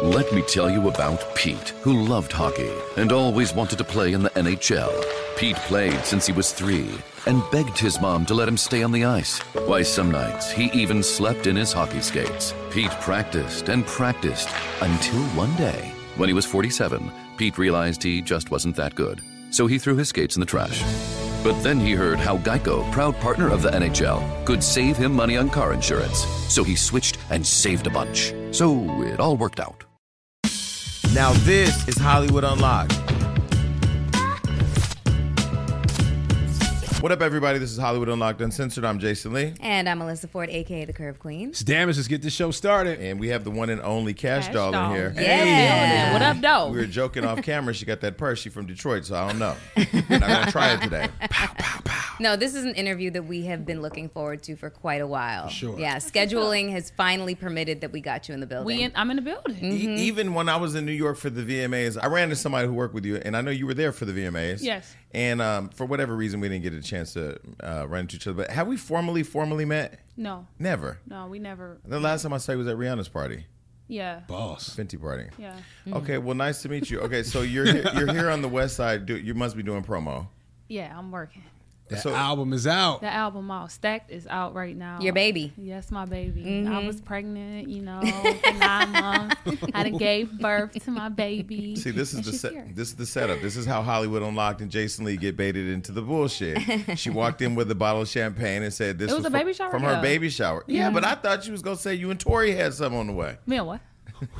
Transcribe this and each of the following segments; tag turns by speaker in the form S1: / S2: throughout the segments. S1: Let me tell you about Pete, who loved hockey and always wanted to play in the NHL. Pete played since he was three and begged his mom to let him stay on the ice. Why, some nights he even slept in his hockey skates. Pete practiced and practiced until one day, when he was 47, Pete realized he just wasn't that good. So he threw his skates in the trash. But then he heard how Geico, proud partner of the NHL, could save him money on car insurance. So he switched and saved a bunch. So it all worked out.
S2: Now this is Hollywood Unlocked. What up, everybody? This is Hollywood Unlocked Uncensored. I'm Jason Lee,
S3: And I'm Melissa Ford, aka the Curve Queen.
S4: It's damn, let's just get this show started.
S2: and we have the one and only Cash,
S5: Cash
S2: Doll in
S5: Doll.
S2: here.
S3: Yeah.
S5: What up,
S2: We
S5: though?
S2: were joking off camera. She got that purse. She from Detroit, so I don't know. We're not gonna try it today.
S3: No, this is an interview that we have been looking forward to for quite a while.
S4: Sure.
S3: Yeah, scheduling has finally permitted that we got you in the building.
S5: We in, I'm in the
S3: Mm.
S5: building.
S2: E- even when I was in New York for the VMAs, I ran into somebody who worked with you, and I know you were there for the VMAs.
S5: Yes.
S2: And um, for whatever reason, we didn't get a chance to uh, run into each other. But have we formally, formally met?
S5: No,
S2: Never.
S5: no, we never.
S2: The last time I saw you was at Rihanna's party,
S5: Yeah,
S4: Boss.
S2: Fenty party.
S5: yeah.
S2: Okay, well, nice to meet you. Okay, so you're here, you're here on the West Side. Do, you must be doing promo.
S5: Yeah, I'm working.
S4: The
S2: So-
S4: album is out.
S5: The album out. Stacked is out right now.
S3: Your baby. Mm-hmm.
S5: Yes, my baby. I was pregnant, you know, for nine months. I done gave birth to my baby.
S2: See, this is
S5: and
S2: the
S5: she's
S2: set,
S5: here.
S2: this is the setup. This is how Hollywood Unlocked and Jason Lee get baited into the bullshit. She walked in with a bottle of champagne and said, "This
S5: It was a
S2: fro-
S5: baby shower,
S2: from her
S5: though.
S2: baby shower." Yeah, but I thought you was gonna say you and Tori had some on the way.
S5: Me and what?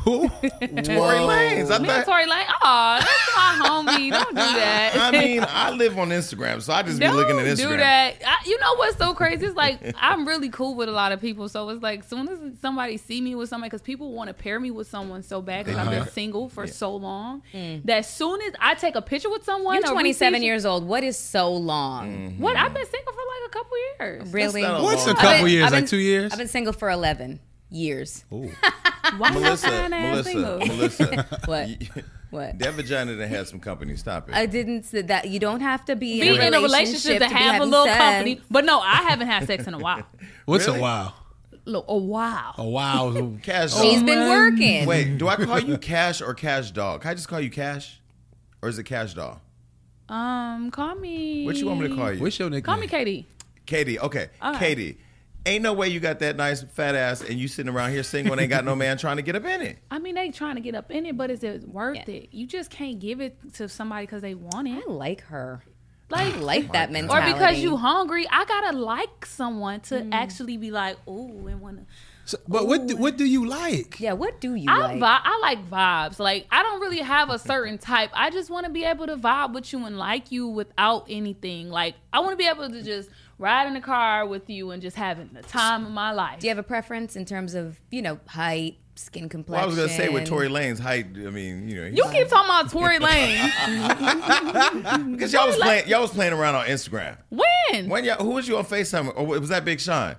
S4: Who?
S2: Tori Lanes. I
S5: Me
S2: thought.
S5: and Tori like, oh, that's my homie. Don't do that.
S2: I mean, I live on Instagram, so I just be
S5: Don't
S2: looking at Instagram.
S5: do that. I, you know what's so crazy? It's like I'm really cool with a lot of people, so it's like soon as somebody see me with somebody, because people want to pair me with someone so bad because I've
S2: Uh-huh.
S5: been single for so long. That soon as I take a picture with someone,
S3: Mm. You're
S5: or we
S3: 27
S5: see-
S3: years old. What is so long?
S5: What I've been single for like a couple years.
S3: Really?
S2: not a
S4: What's
S2: long
S3: I've been-
S4: a Mm. couple years?
S3: I've been-
S4: like two years?
S3: I've been single for 11 years.
S5: Why am I
S2: Melissa,
S5: fine ass
S2: Melissa,
S5: single?
S2: Melissa.
S3: What?
S2: you-
S3: What?
S2: That vagina that had some company. Stop it.
S3: I didn't say that. You don't have to be,
S5: Be in a relationship to
S3: be
S5: have a
S3: having
S5: little
S3: sex.
S5: company, but no, I haven't had sex in a while.
S4: What's
S2: Really?
S4: a wow?
S5: Look, a while.
S4: A wow.
S2: Cash
S5: Oh.
S2: dog.
S3: She's
S4: Oh,
S3: been working.
S2: Wait, do I call you Cash or Cash Dog? Can I just call you Cash, or is it Cash Doll?
S5: Um, call me.
S2: What you want me to call you?
S4: What's your nickname?
S5: Call me Katie.
S2: Katie, okay.
S5: All right.
S2: Katie, ain't no way you got that nice fat ass and you sitting around here single and ain't got no man trying to get up in it.
S5: I mean, they trying to get up in it, but is it worth
S3: Yeah.
S5: it? You just can't give it to somebody because they want it.
S3: I like her. I
S5: Like,
S4: Oh
S3: like that
S5: or
S3: Oh, mentality. Mm.
S5: because you hungry. I gotta like someone to actually be like, ooh, and wanna.
S4: So- but what do, what do you like?
S3: Yeah, what do you
S5: I
S3: like?
S5: vi- I like vibes. Like I don't really have a certain type. I just want to be able to vibe with you and like you without anything. Like I want to be able to just ride in the car with you and just having the time of my life.
S3: Do you have a preference in terms of, you know, height, skin
S2: Well, I
S3: complexion?
S2: was gonna say with Tory Lane's height, I mean, you know,
S5: You keep talking about Tory Lane.
S2: because y'all was
S5: Tory
S2: playing, y'all was playing around on Instagram.
S5: when? When?
S2: When y'all, who was you on Facetime or was that Big Sean?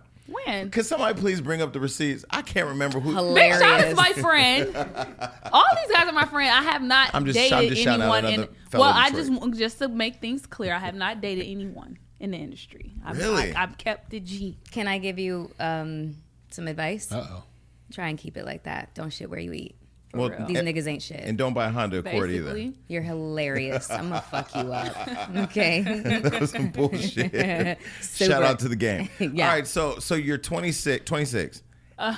S2: Could somebody please bring up the receipts? I can't remember who.
S5: Big Sean
S3: Hilarious.
S5: is my friend. All these guys are my friend. I have not
S2: I'm just-
S5: dated
S2: I'm just shouting out
S5: anyone in.
S2: another fellow
S5: Well, I
S2: Detroit.
S5: just want- just to make things clear, I have not dated anyone in the industry. I've,
S2: Really?
S5: I, I've kept the G.
S3: Can I give you um, some advice?
S4: Uh oh.
S3: Try and keep it like that. Don't shit where you eat.
S2: Well,
S5: real.
S3: These
S2: and,
S3: niggas ain't shit.
S2: and don't buy a Honda Accord either.
S5: Basically,
S3: You're hilarious. I'm gonna fuck you up. Okay.
S2: That was some bullshit.
S3: Super.
S2: Shout out to the game.
S3: Yeah.
S2: All right, so so you're 26, 26.
S4: You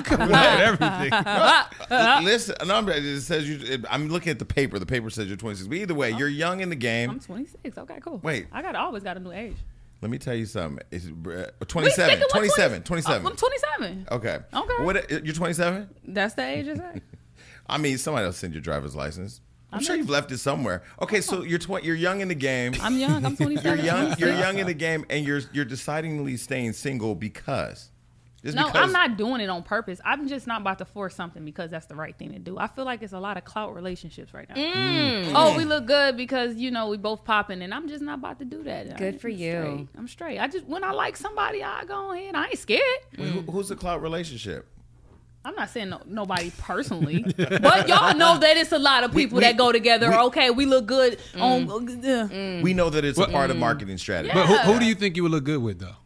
S4: come out everything.
S2: Listen, no, I'm, it says you. I'm looking at the paper. The paper says you're 26. But either way, you're young in the game.
S5: I'm 26. Okay, cool.
S2: Wait.
S5: I got always got a new age.
S2: Let me tell you something. It's uh,
S5: We
S2: 27.
S5: sticking with
S2: 27.
S5: 20
S2: 27.
S5: Oh, I'm 27.
S2: okay.
S5: Okay.
S2: What? uh, You're 27?
S5: That's the age, is it?
S2: I mean, somebody else send your driver's license. I'm sure you've left it somewhere. Okay, so you're 20. You're young in the game.
S5: I'm young. I'm 27.
S2: you're young.
S5: 26.
S2: You're young in the game, and you're you're decidingly staying single because. Just
S5: No,
S2: because-
S5: I'm not doing it on purpose. I'm just not about to force something because that's the right thing to do. I feel like it's a lot of clout relationships right now.
S3: Mm.
S2: Mm.
S5: Oh, we look good because you know we both popping, and I'm just not about to do that.
S3: Good for
S5: I'm
S3: you.
S5: straight. I'm straight. I just when I like somebody, I go ahead. I ain't scared.
S2: Wait, who- who's the clout relationship?
S5: I'm not saying no, nobody personally, but y'all know that it's a lot of people
S2: we-
S5: that go together.
S2: we-
S5: okay, we look good
S3: Mm.
S5: on. uh,
S2: We know that it's a part of marketing strategy.
S4: But who, who do you think you would look good with, though?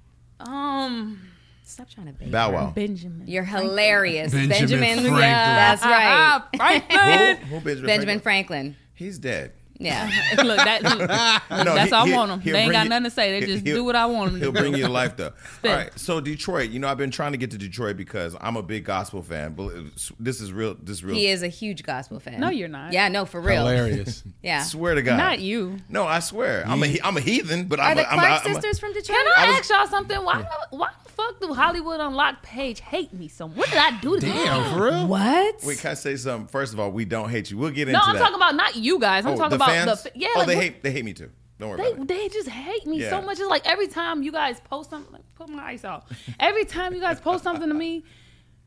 S5: Um,
S3: Stop trying to bait.
S2: Bow Wow.
S5: Benjamin.
S3: You're hilarious.
S4: Benjamin
S3: Benjamin,
S4: Franklin.
S3: Yeah, that's
S5: Ah,
S3: right.
S5: Franklin.
S2: Who, who Benjamin?
S3: Benjamin
S2: Franklin?
S3: Franklin.
S2: He's dead.
S3: Yeah.
S5: look, that, look, that's
S2: he-
S5: all I
S2: he'll-
S5: want them.
S2: he'll
S5: They ain't
S2: bring
S5: got
S2: you-
S5: nothing to say. They just
S2: he'll-
S5: do what I want them
S2: He'll
S5: to
S2: bring
S5: do.
S2: you to life, though. All
S5: Spit.
S2: right, so Detroit. You know, I've been trying to get to Detroit because I'm a big gospel fan. Bel- This is real. This is real.
S3: He is a huge gospel fan.
S5: No, you're not.
S3: Yeah, no, for real.
S4: Hilarious.
S3: Yeah.
S2: Swear to God.
S5: Not you.
S2: No, I swear. I'm a he- I'm a heathen, but
S3: Are
S2: I'm
S3: the
S2: a, I'm a-
S3: Clark
S2: I'm a-
S3: sisters from Detroit?
S5: Can I, ask y'all something? Why, the- why the fuck do Hollywood Unlocked page hate me so much? What did I do to them?
S4: Damn, for real?
S3: What?
S2: Wait, can I say something? First of all, we don't hate you. We'll get
S5: No,
S2: into
S5: I'm
S2: that.
S5: talking about not you guys. I'm
S2: Oh,
S5: talking
S2: the
S5: about
S2: fans?
S5: the f- yeah.
S2: oh,
S5: like,
S2: they
S5: what-
S2: hate they hate me too. Don't worry
S5: They,
S2: about it.
S5: they just hate me
S2: Yeah.
S5: so much. It's like every time you guys post something, let me put my ice off. Every time you guys post something to me,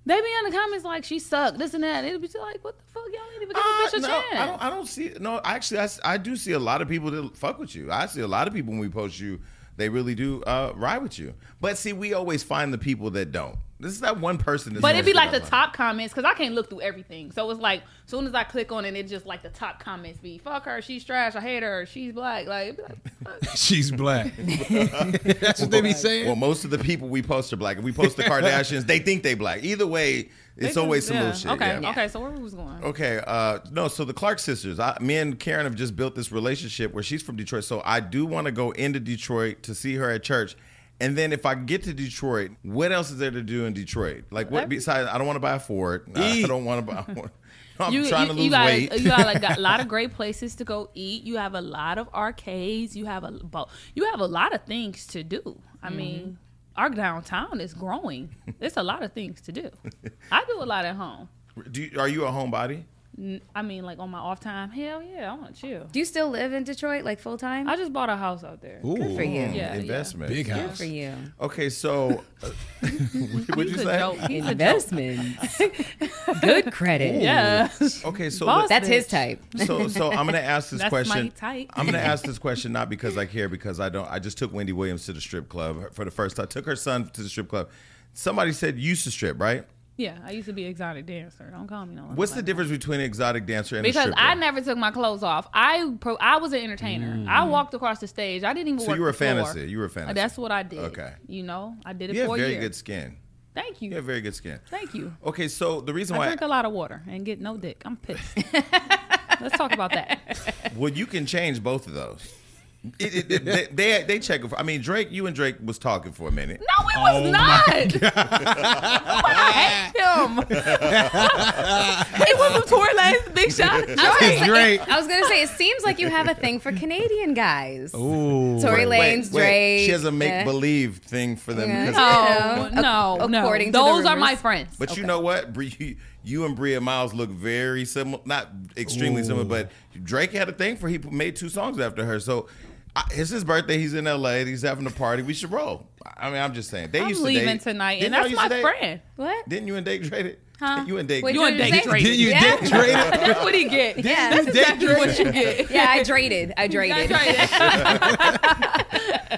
S5: they be in the comments like she sucked, this and that. It'll be just like, what the fuck? Y'all need to give
S2: Uh,
S5: a bitch a
S2: no, I
S5: chance.
S2: don't. I don't see. No, actually, I, s- I do see a lot of people that fuck with you. I see a lot of people when we post you, they really do uh, ride with you. But see, we always find the people that don't. This is that one person. That's
S5: But it'd be like
S2: mostly
S5: the
S2: that one.
S5: top comments because I can't look through everything. So it's like, soon as I click on it, it just like the top comments be fuck her, she's trash, I hate her, she's black. Like, it'd be like fuck.
S4: She's black. That's what they be saying.
S2: Well, most of the people we post are black. If we post the Kardashians, they think they black. Either way, it's
S5: They
S2: always
S5: just-
S2: some
S5: yeah.
S2: little shit.
S5: Okay,
S2: yeah.
S5: okay. So where we was going?
S2: Okay, uh, no, so the Clark sisters, I, me and Karen have just built this relationship where she's from Detroit. So I do want to go into Detroit to see her at church. And then if I get to Detroit, what else is there to do in Detroit? Like, what besides, I don't want to buy a Ford. I
S4: Eat.
S2: don't want to buy I want- I'm
S5: you,
S2: trying
S5: you,
S2: to lose
S5: you got,
S2: weight.
S5: You got like, a lot of great places to go eat. You have a lot of arcades. You have a bo- you have a lot of things to do. I mean, our downtown is growing. It's a lot of things to do. I do a lot at home.
S2: do you, are you a homebody?
S5: I mean, like on my off time, hell yeah, I want to chill.
S3: Do you still live in Detroit, like full time?
S5: I just bought a house out there.
S3: Good for you.
S5: Yeah,
S2: Hmm, Investment.
S4: Big
S3: Good
S4: house.
S3: for you.
S2: Okay, so uh, what'd you
S5: He's a
S2: say?
S5: joke. He's a joke.
S3: Investments. Good credit.
S5: Yeah.
S2: Okay, so let-
S5: Boss
S3: That's his
S5: Bitch.
S3: type.
S2: So, so I'm gonna ask this
S5: That's
S2: question.
S5: my type.
S2: I'm gonna ask this question not because I care, because I don't. I just took Wendy Williams to the strip club for the first time. Took her son to the strip club. Somebody said you used to strip, right?
S5: Yeah, I used to be an exotic dancer. Don't call me no.
S2: What's the difference between an exotic dancer and a
S5: Because
S2: stripper?
S5: I never took my clothes off. I pro- I was an entertainer. I walked across the stage. I didn't even.
S2: Mm. So
S5: work
S2: you were a
S5: the floor.
S2: fantasy. You were a fantasy.
S5: That's what I did.
S2: Okay.
S5: You know, I did it
S2: you have
S5: for
S2: very
S5: years.
S2: good skin.
S5: Thank you.
S2: You have very good skin.
S5: Thank you.
S2: Okay, so the reason
S5: I
S2: why
S5: drink a lot of water and get no dick. I'm pissed. Let's talk about that.
S2: well you can change both of those. It, it, it- they, they they check. it for- I mean, Drake. You and Drake was talking for a minute.
S5: No, it was
S2: Oh
S5: not. I hate him. he was a tour last big shot.
S4: It's great.
S3: I was gonna say, it seems like you have a thing for Canadian guys.
S4: Ooh.
S3: Tory
S2: Wait,
S3: Lane's
S2: wait,
S3: Drake.
S2: She has a make
S3: yeah.
S2: believe thing for them
S3: Yeah.
S2: because
S5: No,
S3: You
S5: no,
S3: know,
S5: no.
S3: according to the
S5: Those are my
S3: rumors.
S5: friends.
S2: But you know what, Bree, you, you and Bria Miles look very similar, not extremely similar, but Drake had a thing for he made two songs after her. So I, it's his birthday. He's in L.A. He's having a party. We should roll. I mean, I'm just saying. They
S5: I'm
S2: used to
S5: leaving
S2: date.
S5: tonight,
S2: Didn't
S5: and
S2: y'all
S5: that's
S2: used to
S5: my
S2: date?
S5: friend.
S3: What?
S2: Didn't you and Dake trade it?
S3: Huh?
S2: You and Dake.
S3: Wait,
S5: You
S3: what
S5: and
S3: did
S5: Dake
S3: say?
S5: Drake.
S4: Did you
S3: Yeah.
S4: dick trade it?
S5: That's what he get.
S3: Yeah.
S5: That's exactly what you get.
S3: Yeah, I drated. I
S5: I
S3: drated.
S5: tried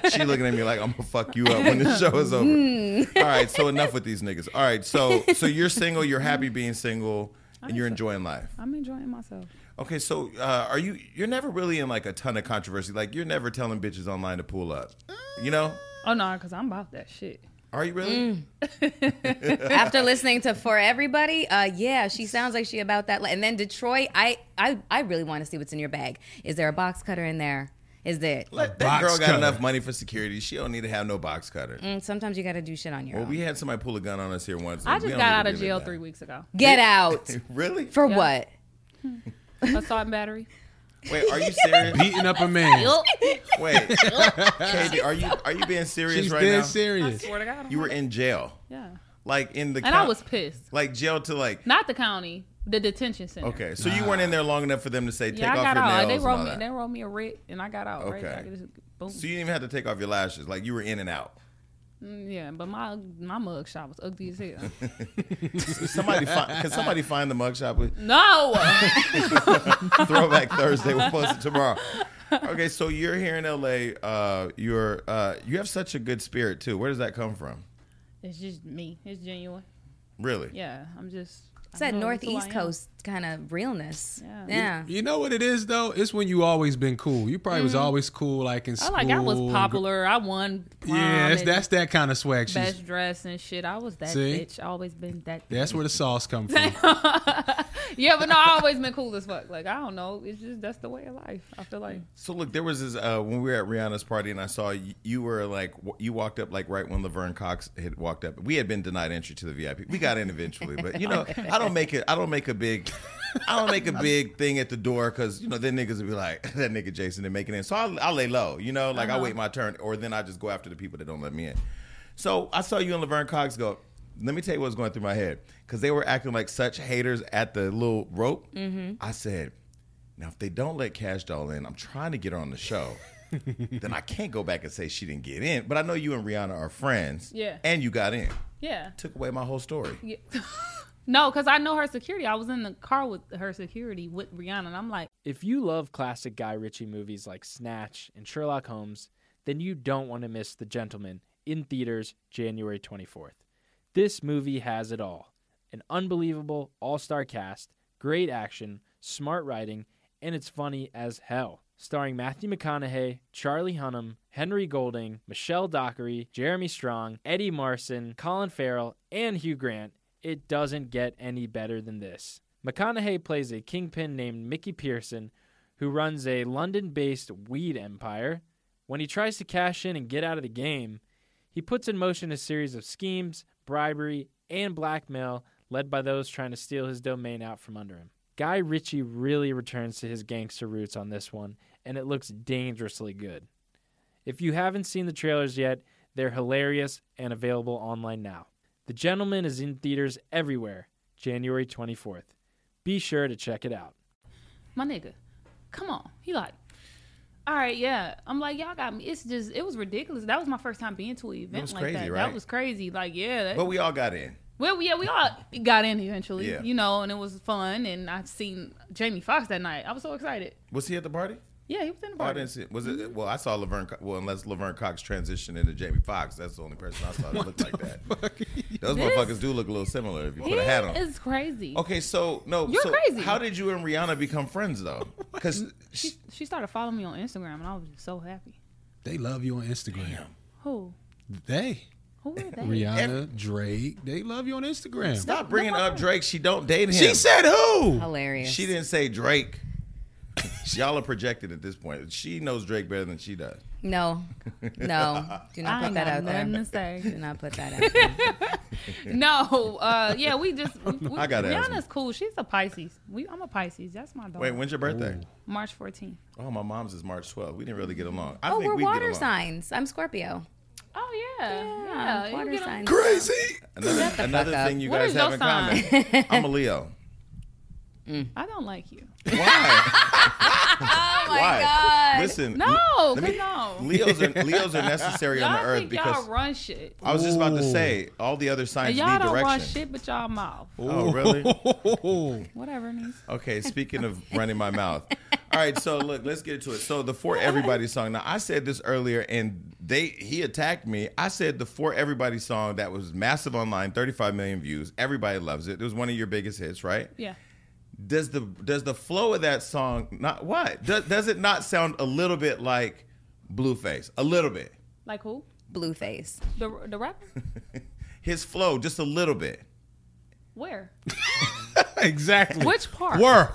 S5: it.
S2: she looking at me like I'm gonna fuck you up when the show is over.
S5: Hmm.
S2: All right, so enough with these niggas. All right, so so you're single. You're happy being single, and you're enjoying life.
S5: I'm enjoying myself.
S2: Okay, so uh, are you? You're never really in like a ton of controversy. Like you're never telling bitches online to pull up. You know?
S5: Oh no, because I'm about that shit.
S2: Are you really?
S5: Mm.
S3: After listening to For Everybody, uh, yeah, she sounds like she about that. li- And then Detroit, I, I, I really want to see what's in your bag. Is there a box cutter in there? Is there?
S2: Let- that
S4: box
S2: girl got
S4: cutter.
S2: enough money for security. She don't need to have no box cutter.
S3: Mm, Sometimes you got to do shit on your
S2: Well,
S3: own.
S2: we had somebody pull a gun on us here once.
S5: I
S2: and we
S5: just
S2: don't
S5: got
S2: need to
S5: out of
S2: relive
S5: jail
S2: that.
S5: three weeks ago.
S2: Oh,
S3: Get out.
S2: Really?
S3: For
S5: Yeah.
S3: what?
S5: Assault and battery.
S2: Wait, are you serious?
S4: Beating up a man.
S2: Wait, KD, are you are you being serious
S4: She's
S2: right
S4: dead
S2: now?
S4: serious.
S5: Swear to God.
S2: You were in jail,
S5: yeah.
S2: like in the
S5: And I
S2: count-
S5: was pissed.
S2: like jail to like.
S5: Not the county, the detention center.
S2: Okay, so you weren't in there long enough for them to say take
S5: Yeah, I
S2: off
S5: got
S2: your
S5: out.
S2: nails.
S5: they
S2: and
S5: wrote
S2: all
S5: me.
S2: that.
S5: They wrote me a writ, and I got out. Right.
S2: Okay.
S5: I just, boom.
S2: So you didn't even have to take off your lashes. Like you were in and out.
S5: Mm, yeah, but my my mug shot was ugly as hell.
S2: Somebody find, can somebody find the mugshot with
S5: no.
S2: Throwback Thursday. We'll post it tomorrow. Okay, so you're here in LA. Uh, you're uh, you have such a good spirit too. Where does that come from?
S5: it's just me. It's genuine.
S2: Really?
S5: Yeah, I'm just.
S3: It's that
S5: know, that's who I
S3: northeast
S5: am.
S3: coast kind of realness.
S5: Yeah.
S3: Yeah.
S4: You know what it is though? It's when you always been cool. You probably was always cool, like in
S5: I
S4: school.
S5: like I was
S4: and gr-
S5: popular. I won. Prom
S4: Yeah, that's,
S5: and
S4: that's that kind of swag. She's,
S5: best dress and shit. I was that
S4: See?
S5: bitch. I always been that.
S4: that's where the sauce come from.
S5: Yeah, but no, I always been cool as fuck. Like I don't know. It's just that's the way of life. I feel like
S2: So look, there was this uh, when we were at Rihanna's party, and I saw you, you were like w- you walked up like right when Laverne Cox had walked up. We had been denied entry to the VIP. We got in eventually, but you know, I don't make it. I don't make a big, I don't make a big thing at the door because you know then niggas would be like that nigga Jason didn't make it in. So I, I lay low, you know, like I wait my turn, or then I just go after the people that don't let me in. So I saw you and Laverne Cox go. Let me tell you what was going through my head because they were acting like such haters at the little rope. I said. Now, if they don't let Cash Doll in, I'm trying to get her on the show. then I can't go back and say she didn't get in. But I know you and Rihanna are friends.
S5: Yeah.
S2: And you got in.
S5: yeah.
S2: Took away my whole story.
S5: Yeah. no, because I know her security. I was in the car with her security with Rihanna, and I'm like,
S6: If you love classic Guy Ritchie movies like Snatch and Sherlock Holmes, then you don't want to miss The Gentleman in theaters January 24th. This movie has it all an unbelievable all star cast, great action, smart writing, and it's funny as hell. Starring Matthew McConaughey, Charlie Hunnam, Henry Golding, Michelle Dockery, Jeremy Strong, Eddie Marson, Colin Farrell, and Hugh Grant, it doesn't get any better than this. McConaughey plays a kingpin named Mickey Pearson who runs a London based weed empire. When he tries to cash in and get out of the game, he puts in motion a series of schemes, bribery, and blackmail led by those trying to steal his domain out from under him. Guy Ritchie really returns to his gangster roots on this one, and it looks dangerously good. If you haven't seen the trailers yet, they're hilarious and available online now. The Gentleman is in theaters everywhere, January 24th. Be sure to check it out.
S5: my nigga, come on. He like, all right, yeah. I'm like, y'all got me. It's just, it was ridiculous. That was my first time being to an event
S2: was
S5: like
S2: crazy,
S5: that.
S2: right?
S5: That was crazy. Like, yeah. That,
S2: But we all got in.
S5: well, yeah, we all got in eventually,
S2: Yeah.
S5: you know, and it was fun. And I've seen Jamie Foxx that night. I was so excited.
S2: Was he at the party?
S5: Yeah, he was in the
S2: Oh, I
S5: party.
S2: didn't see it. Was
S5: Mm-hmm.
S2: it? Well, I saw Laverne. Co- Well, unless Laverne Cox transitioned into Jamie Foxx, that's the only person I saw that looked like that. Those motherfuckers do look a little similar if you put a hat on.
S5: It's crazy.
S2: okay, so no,
S5: You're
S2: so
S5: crazy.
S2: How did you and Rihanna become friends though? Because
S5: She, she started following me on Instagram, and I was just so happy.
S4: they love you on Instagram.
S5: Who?
S4: They
S5: Who is that?
S4: Rihanna, Drake, they love you on Instagram.
S2: stop bringing up Drake. She don't date him.
S4: She said who?
S3: Hilarious.
S2: She didn't say Drake. Y'all are projected at this point. She knows Drake better than she does.
S3: No. No. Do not
S5: I
S3: put
S5: ain't
S3: that
S5: got
S3: out there.
S5: nothing to
S3: Do
S5: say.
S3: not put that out there.
S5: No, uh, yeah, we just. We,
S2: I gotta ask
S5: Rihanna's cool. She's a Pisces. We, I'm a Pisces. That's my dog.
S2: Wait, when's your birthday?
S5: March 14th.
S2: Oh, my mom's is March 12th. We didn't really get along. I
S3: Oh,
S2: think
S3: we're
S2: we
S3: water
S2: get along.
S3: signs. I'm Scorpio.
S5: Oh yeah,
S3: Yeah,
S5: yeah. you
S3: water
S5: get 'em-
S3: signs.
S4: Crazy.
S2: Another, another
S3: fuck up.
S2: thing you
S5: What
S2: guys
S5: is your
S2: have in common. I'm a Leo.
S5: I don't like you.
S2: Why?
S3: Oh my
S2: Why?
S3: god.
S2: Listen.
S5: No,
S2: l-
S5: come on.
S2: Leos are Leos are necessary on the
S5: Y'all
S2: earth
S5: think y'all
S2: because
S5: run shit.
S2: I was just about to
S4: Ooh.
S2: say all the other signs
S5: And
S2: need
S5: y'all don't run
S2: direction.
S5: shit, but y'all mouth.
S2: Oh, really?
S5: Whatever. Niece.
S2: Okay, speaking of running my mouth. All right, so look, let's get into it. So the For Everybody song. Now I said this earlier and they he attacked me. I said the For Everybody song that was massive online, 35 million views. Everybody loves it. It was one of your biggest hits, right?
S5: Yeah.
S2: Does the does the flow of that song not what? Does, does it not sound a little bit like Blueface? A little bit.
S5: Like who?
S3: Blueface.
S5: The the rapper?
S2: His flow just a little bit.
S5: Where?
S4: exactly.
S5: Which part?
S4: Were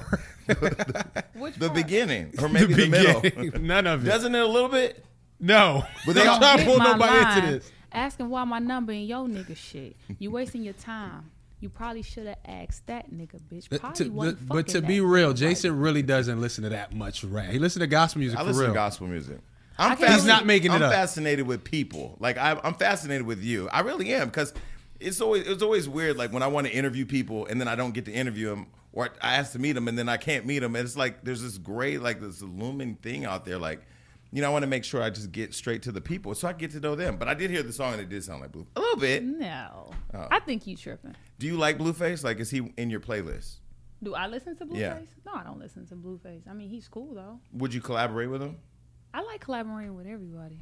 S5: Which
S2: The
S5: part?
S2: beginning or maybe the, middle.
S4: None of it.
S2: Doesn't it a little bit?
S4: no. But
S2: they all-
S4: don't try to
S5: Hit
S4: pull
S5: my
S4: nobody
S5: line,
S4: into this.
S5: Asking why my number in your nigga shit. You wasting your time. You probably should have asked that nigga, bitch.
S4: But
S5: Probably
S4: to,
S5: wasn't
S4: but- but to
S5: fucking
S4: be
S5: that
S4: real,
S5: nigga.
S4: Jason really doesn't listen to that much rap. He listens to gospel music
S2: I
S4: for
S2: listen
S4: real.
S2: to gospel music. I'm
S5: can't He's
S4: not making it
S2: I'm
S4: up.
S2: fascinated with people. Like I, I'm fascinated with you. I really am because it's always it's always weird. Like when I want to interview people and then I don't get to interview them, or I ask to meet them and then I can't meet them. And it's like there's this gray, like this looming thing out there. Like you know, I want to make sure I just get straight to the people so I get to know them. But I did hear the song and it did sound like Blue a little bit.
S5: No.
S4: Oh.
S5: I think you tripping.
S2: Do you like Blueface? Like is he in your playlist?
S5: Do I listen to Blueface?
S2: Yeah.
S5: No, I don't listen to Blueface. I mean, he's cool though.
S2: Would you collaborate with him?
S5: I like collaborating with everybody.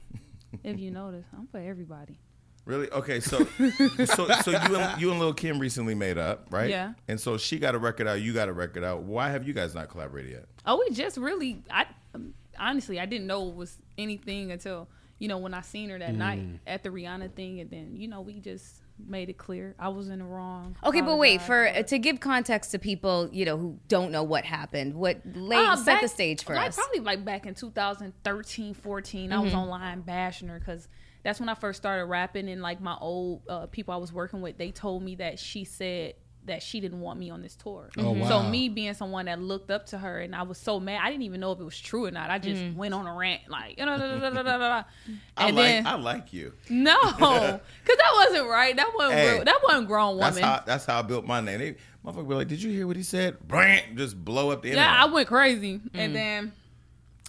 S5: if you notice, I'm for everybody.
S2: Really? Okay, so so so you and, you and Lil Kim recently made up, right?
S5: Yeah.
S2: And so she got a record out, you got a record out. Why have you guys not collaborated yet?
S5: Oh, we just really. I um, honestly, I didn't know it was anything until you know when I seen her that
S4: Mm.
S5: night at the Rihanna thing, and then you know we just made it clear I was in the wrong.
S3: Okay, but wait
S5: Apologize.
S3: for uh, to give context to people you know who don't know what happened. What lay,
S5: Uh,
S3: set
S5: back-
S3: the stage for
S5: like,
S3: us? Mm-hmm.
S5: Probably like back in 2013, 14. I was online bashing her because that's when I first started rapping. And like my old uh, people I was working with, they told me that she said that she didn't want me on this tour.
S3: Mm-hmm.
S4: Oh,
S5: So
S4: wow.
S5: me being someone that looked up to her, and I was so mad, I didn't even know if it was true or not. I just
S3: Mm.
S5: went on a rant like, da, da, da, da, da, da, da.
S2: I
S5: and
S2: like
S5: then
S2: I like you.
S5: no, because that wasn't right. That wasn't
S2: Hey,
S5: real, that wasn't grown
S2: That's
S5: woman.
S2: how that's how I built my name. They, motherfucker be like, Did you hear what he said? Brant just blow up the internet.
S5: Yeah, I went crazy, and then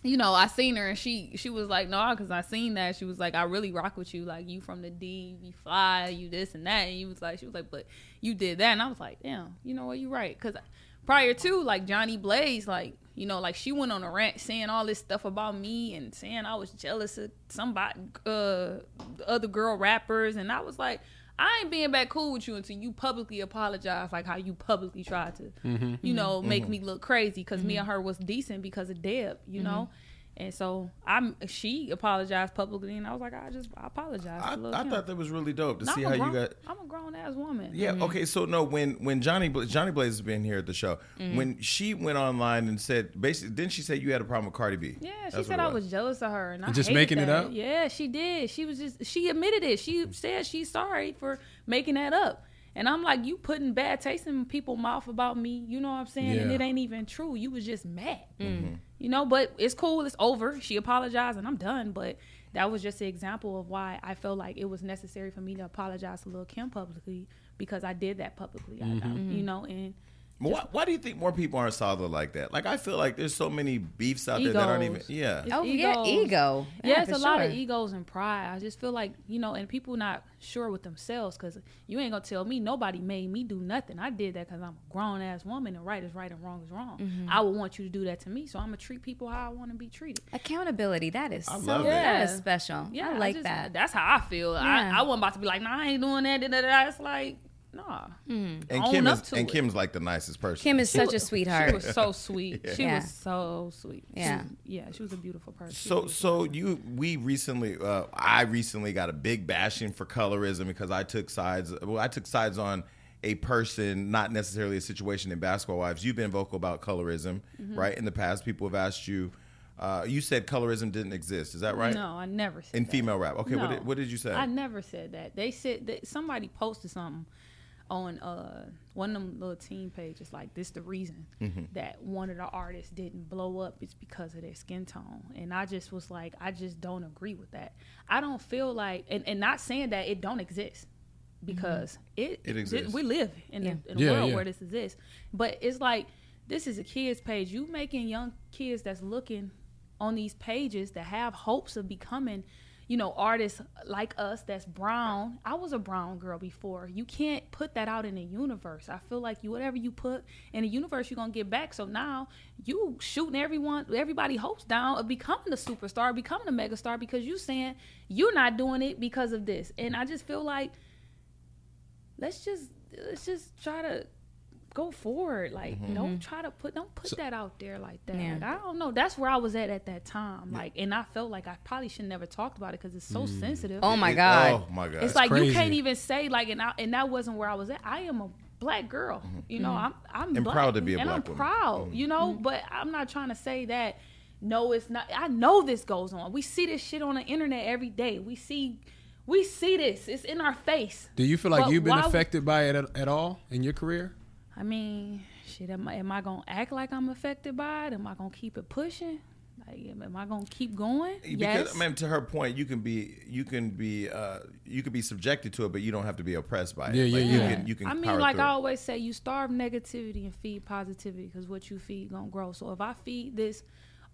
S5: you know I seen her, and she she was like, "No, because I seen that." She was like, "I really rock with you, like you from the D, you fly, you this and that." And you was like, she was like, "But you did that," and I was like, "Damn, you know what? You're right." Because prior to like Johnny Blaze, like you know, like she went on a rant saying all this stuff about me and saying I was jealous of somebody, uh, other girl rappers, and I was like. I ain't being back cool with you until you publicly apologize, like how you publicly tried to,
S2: Mm-hmm.
S5: you know, make me look crazy. Because me and her was decent because of Deb, you know,
S2: Mm-hmm.
S5: and so I'm. She apologized publicly, and I was like, I just I apologize.
S2: I,
S5: to Lil'
S2: I
S5: Kim.
S2: thought that was really dope to
S5: And
S2: see
S5: I'm
S2: how
S5: a grown,
S2: you got
S5: I'm a grown ass woman.
S2: Yeah. Okay. So no, when when Johnny Bla- Johnny Blaze has been here at the show,
S5: Mm-hmm.
S2: when she went online and said basically, didn't she say you had a problem with Cardi B?
S5: Yeah, she
S2: That's
S5: said
S2: what it
S5: I was jealous of her, and I
S4: Just
S5: hated
S4: making it
S5: that.
S4: up?
S5: Yeah, she did. She was just she admitted it. She said she's sorry for making that up, and I'm like, you putting bad taste in people's mouth about me. You know what I'm saying? And
S4: Yeah. Mm-hmm.
S5: it ain't even true. You was just mad. You know, but it's cool. It's over. She apologized, and I'm done. But that was just an example of why I felt like it was necessary for me to apologize to Lil Kim publicly because I did that publicly.
S4: Mm-hmm.
S5: I- I- you know, and
S2: But Why, why do you think more people aren't solid like that? Like I feel like there's so many beefs out there that aren't even.
S5: Egos.
S2: Yeah.
S5: It's
S3: oh yeah,
S5: egos.
S3: ego.
S5: yeah, it's
S3: for
S5: a lot of
S3: sure.
S5: egos and pride. I just feel like you know, and people not sure with themselves because you ain't gonna tell me nobody made me do nothing. I did that because I'm a grown ass woman, and right is right and wrong is wrong.
S3: Mm-hmm.
S5: I would want you to do that to me, so I'm gonna treat people how I want to be treated.
S3: Accountability. That is so
S2: love it.
S3: that is
S5: Yeah.
S3: special.
S5: Yeah,
S3: I like
S5: just-
S3: that.
S5: That's how I feel.
S3: Yeah.
S5: I, I wasn't about to be like, nah, I ain't doing that. Da, da, da, da. It's like, nah.
S3: Mm-hmm.
S2: And
S5: Own
S2: Kim
S5: up
S2: is
S5: to
S2: and
S5: it.
S2: Kim's like the nicest person.
S3: Kim is such a
S5: She
S3: sweetheart.
S5: was so sweet. She
S3: Yeah.
S5: was so sweet. She-
S3: Yeah.
S5: yeah, she was a beautiful person.
S2: So so you we recently uh, I recently got a big bashing for colorism because I took sides. Well, I took sides on a person, not necessarily a situation in Basketball Wives. You've been vocal about colorism,
S5: Mm-hmm.
S2: right? In the past, people have asked you. Uh, you said colorism didn't exist. Is that right?
S5: No, I never said
S2: In
S5: that.
S2: female rap. Okay, what,
S5: No.
S2: did, what did you say?
S5: I never said that. They said that somebody posted something on uh one of them little teen pages like this the reason
S2: Mm-hmm.
S5: that one of the artists didn't blow up is because of their skin tone and i just was like i just don't agree with that i don't feel like and, and not saying that it don't exist because it,
S2: It
S5: thi-
S2: exists.
S5: we live in a, in a
S4: Yeah,
S5: world
S4: yeah.
S5: where this exists but it's like this is a kids page you making young kids that's looking on these pages that have hopes of becoming you know artists like us that's brown i was a brown girl before you can't put that out in the universe i feel like you whatever you put in the universe you're gonna get back so now you shooting everyone everybody hopes down of becoming a superstar becoming a megastar because you saying you're not doing it because of this and i just feel like let's just let's just try to go forward like
S2: Mm-hmm.
S5: don't try to put don't put that out there like that
S3: Yeah.
S5: Like, i don't know that's where i was at at that time like and i felt like i probably should never talked about it because it's so sensitive
S3: oh my
S2: It-
S3: god.
S2: Mm. Oh my god.
S5: it's like you
S4: crazy.
S5: can't even say like and I, and that wasn't where i was at i am a black girl you know i'm i'm
S2: Mm-hmm. And
S5: black,
S2: proud to be a
S5: and
S2: black
S5: i'm
S2: woman. Mm-hmm.
S5: proud you know but i'm not trying to say that no it's not i know this goes on we see this shit on the internet every day we see we see this it's in our face
S4: Do you feel like
S5: But
S4: you've been
S5: why-
S4: affected by it at, at all in your career?
S5: I mean, shit, am I, am I gonna act like I'm affected by it? Am I gonna keep it pushing? Like, am, am I gonna keep going?
S2: because
S5: yes.
S2: I mean, to her point, you can be you can be uh, you can be subjected to it, but you don't have to be oppressed by it.
S4: Yeah, yeah,
S2: like, You
S4: yeah.
S2: can you can.
S5: I mean,
S2: power
S5: like
S2: through
S5: I
S2: it.
S5: always say, you starve negativity and feed positivity because what you feed gonna grow. So if I feed this,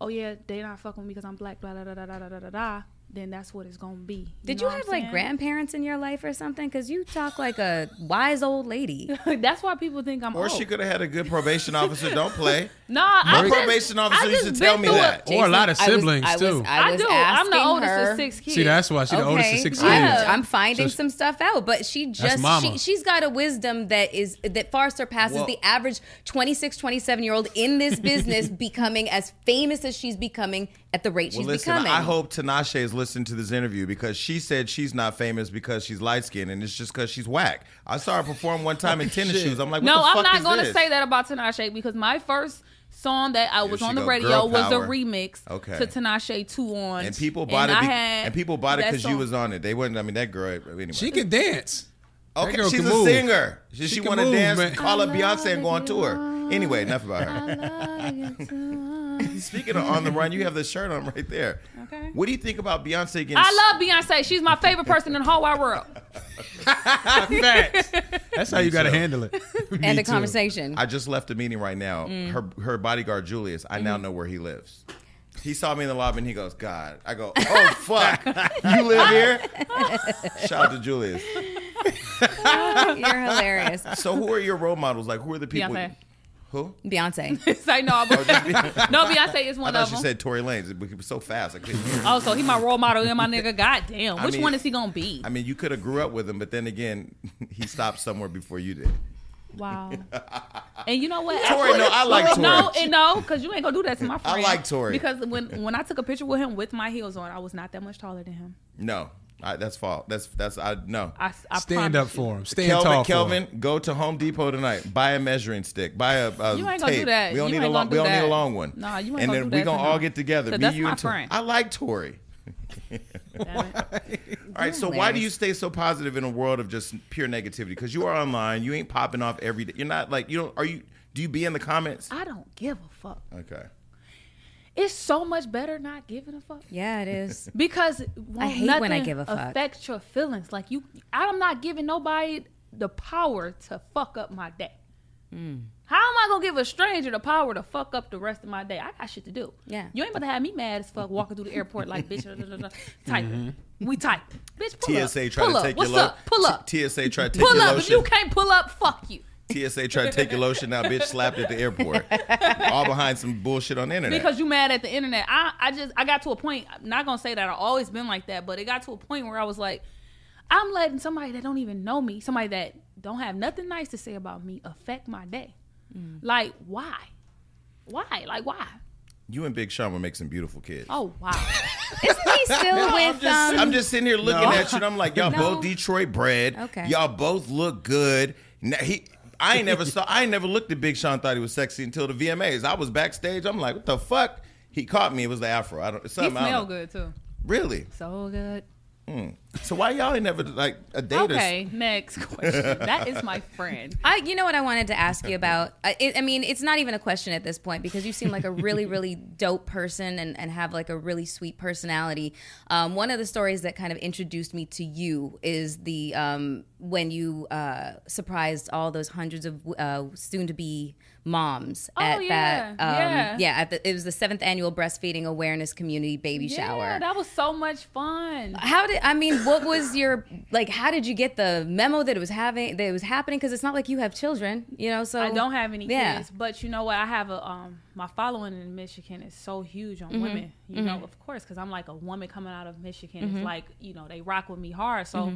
S5: oh yeah, they not fucking with me because I'm black, blah, blah, blah, blah, blah, blah, blah, blah, then that's what it's gonna be. You
S3: Did
S5: know
S3: you
S5: what I'm
S3: have like
S5: saying?
S3: grandparents in your life or something? Because you talk like a wise old lady.
S5: that's why people think I'm
S2: Or
S5: old.
S2: she could have had a good probation officer. Don't play.
S5: No, I
S2: My
S5: just-
S2: probation
S5: I
S2: officer used to
S5: just
S2: tell
S5: been
S2: me
S5: through a-
S2: that.
S4: Or a lot of
S3: I was-
S4: siblings,
S3: I was-
S4: too.
S5: I,
S3: was
S5: do. I'm the
S3: asking
S5: oldest
S3: her-
S5: of six kids.
S4: See, that's why she's the oldest of
S3: Okay,
S4: six kids.
S5: yeah.
S3: I'm, I'm finding
S4: So-
S3: some stuff out, but she just
S4: mama.
S3: she, she's got a wisdom that is that far surpasses
S2: Well-
S3: the average 26, 27 year old in this business becoming as famous as she's becoming at the rate
S2: Well,
S3: she's
S2: listen,
S3: becoming.
S2: I hope Tinashe is listening to this interview because she said she's not famous because she's light skinned and it's just because she's whack. I saw her perform one time in tennis shoes. I'm like, what
S5: no,
S2: the
S5: I'm
S2: fuck
S5: not
S2: is
S5: gonna
S2: this?
S5: say that about Tinashe because my first song that I was
S2: she
S5: on the
S2: go,
S5: radio
S2: Girl
S5: was a
S2: Power.
S5: remix
S2: Okay.
S5: to Tinashe Two on,
S2: And people bought it.
S5: I
S2: be-
S5: had
S2: and people bought it
S5: that
S2: because you
S5: song.
S2: was on it. They wouldn't. I mean, that girl. Anyway,
S4: She can dance. That
S2: okay,
S4: girl
S2: she's
S4: can
S2: a
S4: move.
S2: singer. She,
S4: She
S2: she
S4: can
S2: want to
S4: move,
S2: dance.
S4: man.
S2: Call up Beyonce and go on tour. Anyway, enough about her. Speaking of on the run, you have the shirt on right there.
S5: Okay.
S2: What do you think about Beyonce getting?
S5: I love Beyonce. She's my favorite person in the whole wide world.
S4: Facts. That's how you got to handle it.
S3: End
S4: Me
S3: of
S4: too.
S3: conversation.
S2: I just left a meeting right now.
S5: Mm.
S2: Her her bodyguard Julius. I now know where he lives. He saw me in the lobby and he goes, "God." I go, "Oh fuck, you live here." Shout out to Julius.
S3: You're hilarious,
S2: So, who are your role models? Like, who are the people?
S5: Beyonce.
S2: Who?
S3: Beyonce.
S5: Say no, but
S2: Oh, I
S5: no, Beyonce is one
S2: thought
S5: of
S2: she
S5: them.
S2: said Tory Lanez. It was so fast. I couldn't hear.
S5: oh, so he my role model and my nigga. God damn,
S2: I
S5: which
S2: mean-
S5: one is he gonna be?
S2: I mean, you could have grew up with him, but then again, he stopped somewhere before you did.
S5: Wow. And you know what?
S2: Tori, no, I like Tori.
S5: No, and no, because you ain't gonna do that to my friend.
S2: like Tori.
S5: because when when I took a picture with him with my heels on, I was not that much taller than him.
S2: No, I, that's fault. That's that's I no.
S5: I, I
S4: Stand
S5: promise
S4: up for him. Stand
S2: Kelvin,
S4: tall
S2: Kelvin,
S4: for
S2: go to Home Depot tonight. Buy a measuring stick. Buy a, a
S5: You ain't gonna
S2: tape.
S5: do that.
S2: We don't
S5: You
S2: need a
S5: ain't
S2: long. We
S5: gonna do
S2: don't need a
S5: that.
S2: long one.
S5: Nah, you ain't
S2: And
S5: gonna
S2: then
S5: do
S2: we
S5: that
S2: gonna
S5: to
S2: all
S5: him.
S2: get together.
S5: So
S2: Me,
S5: that's
S2: you,
S5: my
S2: and Tor-
S5: friend.
S2: I like Tori.
S5: you. Damn it.
S2: All right, so why do you stay so positive in a world of just pure negativity? Because you are online. You ain't popping off every day. You're not like you don't. Are you? Do you be in the comments?
S5: I don't give a fuck.
S2: Okay.
S5: It's so much better not giving a fuck.
S3: Yeah, it is.
S5: Because won't
S3: hate when I
S5: nothing
S3: give a fuck.
S5: Affect your feelings. Like you, I'm not giving nobody the power to fuck up my day.
S3: Hmm.
S5: How am I gonna give a stranger the power to fuck up the rest of my day? I got shit to do.
S3: Yeah.
S5: you ain't about to have me mad as fuck walking through the airport like bitch. Da, da, da, da, type,
S2: Mm-hmm.
S5: we type, bitch. Pull up.
S2: TSA try
S5: pull
S2: to
S5: up.
S2: take
S5: What's
S2: your lo-
S5: up? Pull up.
S2: T- TSA try to take
S5: pull
S2: your
S5: up. If
S2: lotion.
S5: you can't pull up, fuck you.
S2: TSA tried to take your lotion out, bitch slapped at the airport. All behind some bullshit on the internet.
S5: because you mad at the internet. I, I just I got to a point. I'm not gonna say that I've always been like that, but it got to a point where I was like, I'm letting somebody that don't even know me, somebody that don't have nothing nice to say about me, affect my day. Like why? Why? Like why?
S2: you and Big Sean will make some beautiful kids.
S5: Oh wow!
S3: He's still with um,
S2: I'm just sitting here looking at you and I'm like, y'all
S3: No.
S2: both Detroit bred.
S3: Okay.
S2: Y'all both look good. Now, he I ain't never saw I ain't never looked at Big Sean thought he was sexy until the VMAs. I was backstage. I'm like, what the fuck? He caught me. It was the afro. I don't
S5: He
S2: something I
S5: smell
S2: don't-
S5: good too.
S2: Really?
S5: So good.
S2: So why y'all ain't never like a date or
S5: Okay, next question. That is my friend.
S3: I, you know what I wanted to ask you about? I, it, I mean, it's not even a question at this point because you seem like a really, really dope person and, and have like a really sweet personality. Um, one of the stories that kind of introduced me to you is the um, when you uh, surprised all those hundreds of uh, soon-to-be moms at
S5: Oh, yeah,
S3: that. Um,
S5: yeah.
S3: at the, it was the seventh annual breastfeeding awareness community baby
S5: Yeah,
S3: shower.
S5: that was so much fun.
S3: How did I mean? What was your like? How did you get the memo that it was having that it was happening? Because it's not like you have children, you know. So
S5: I don't have any
S3: Yeah.
S5: kids, but you know what? I have a um my following in Michigan is so huge on
S3: Mm-hmm.
S5: women. You know, of course, because I'm like a woman coming out of Michigan.
S3: Mm-hmm.
S5: It's like you know they rock with me hard. So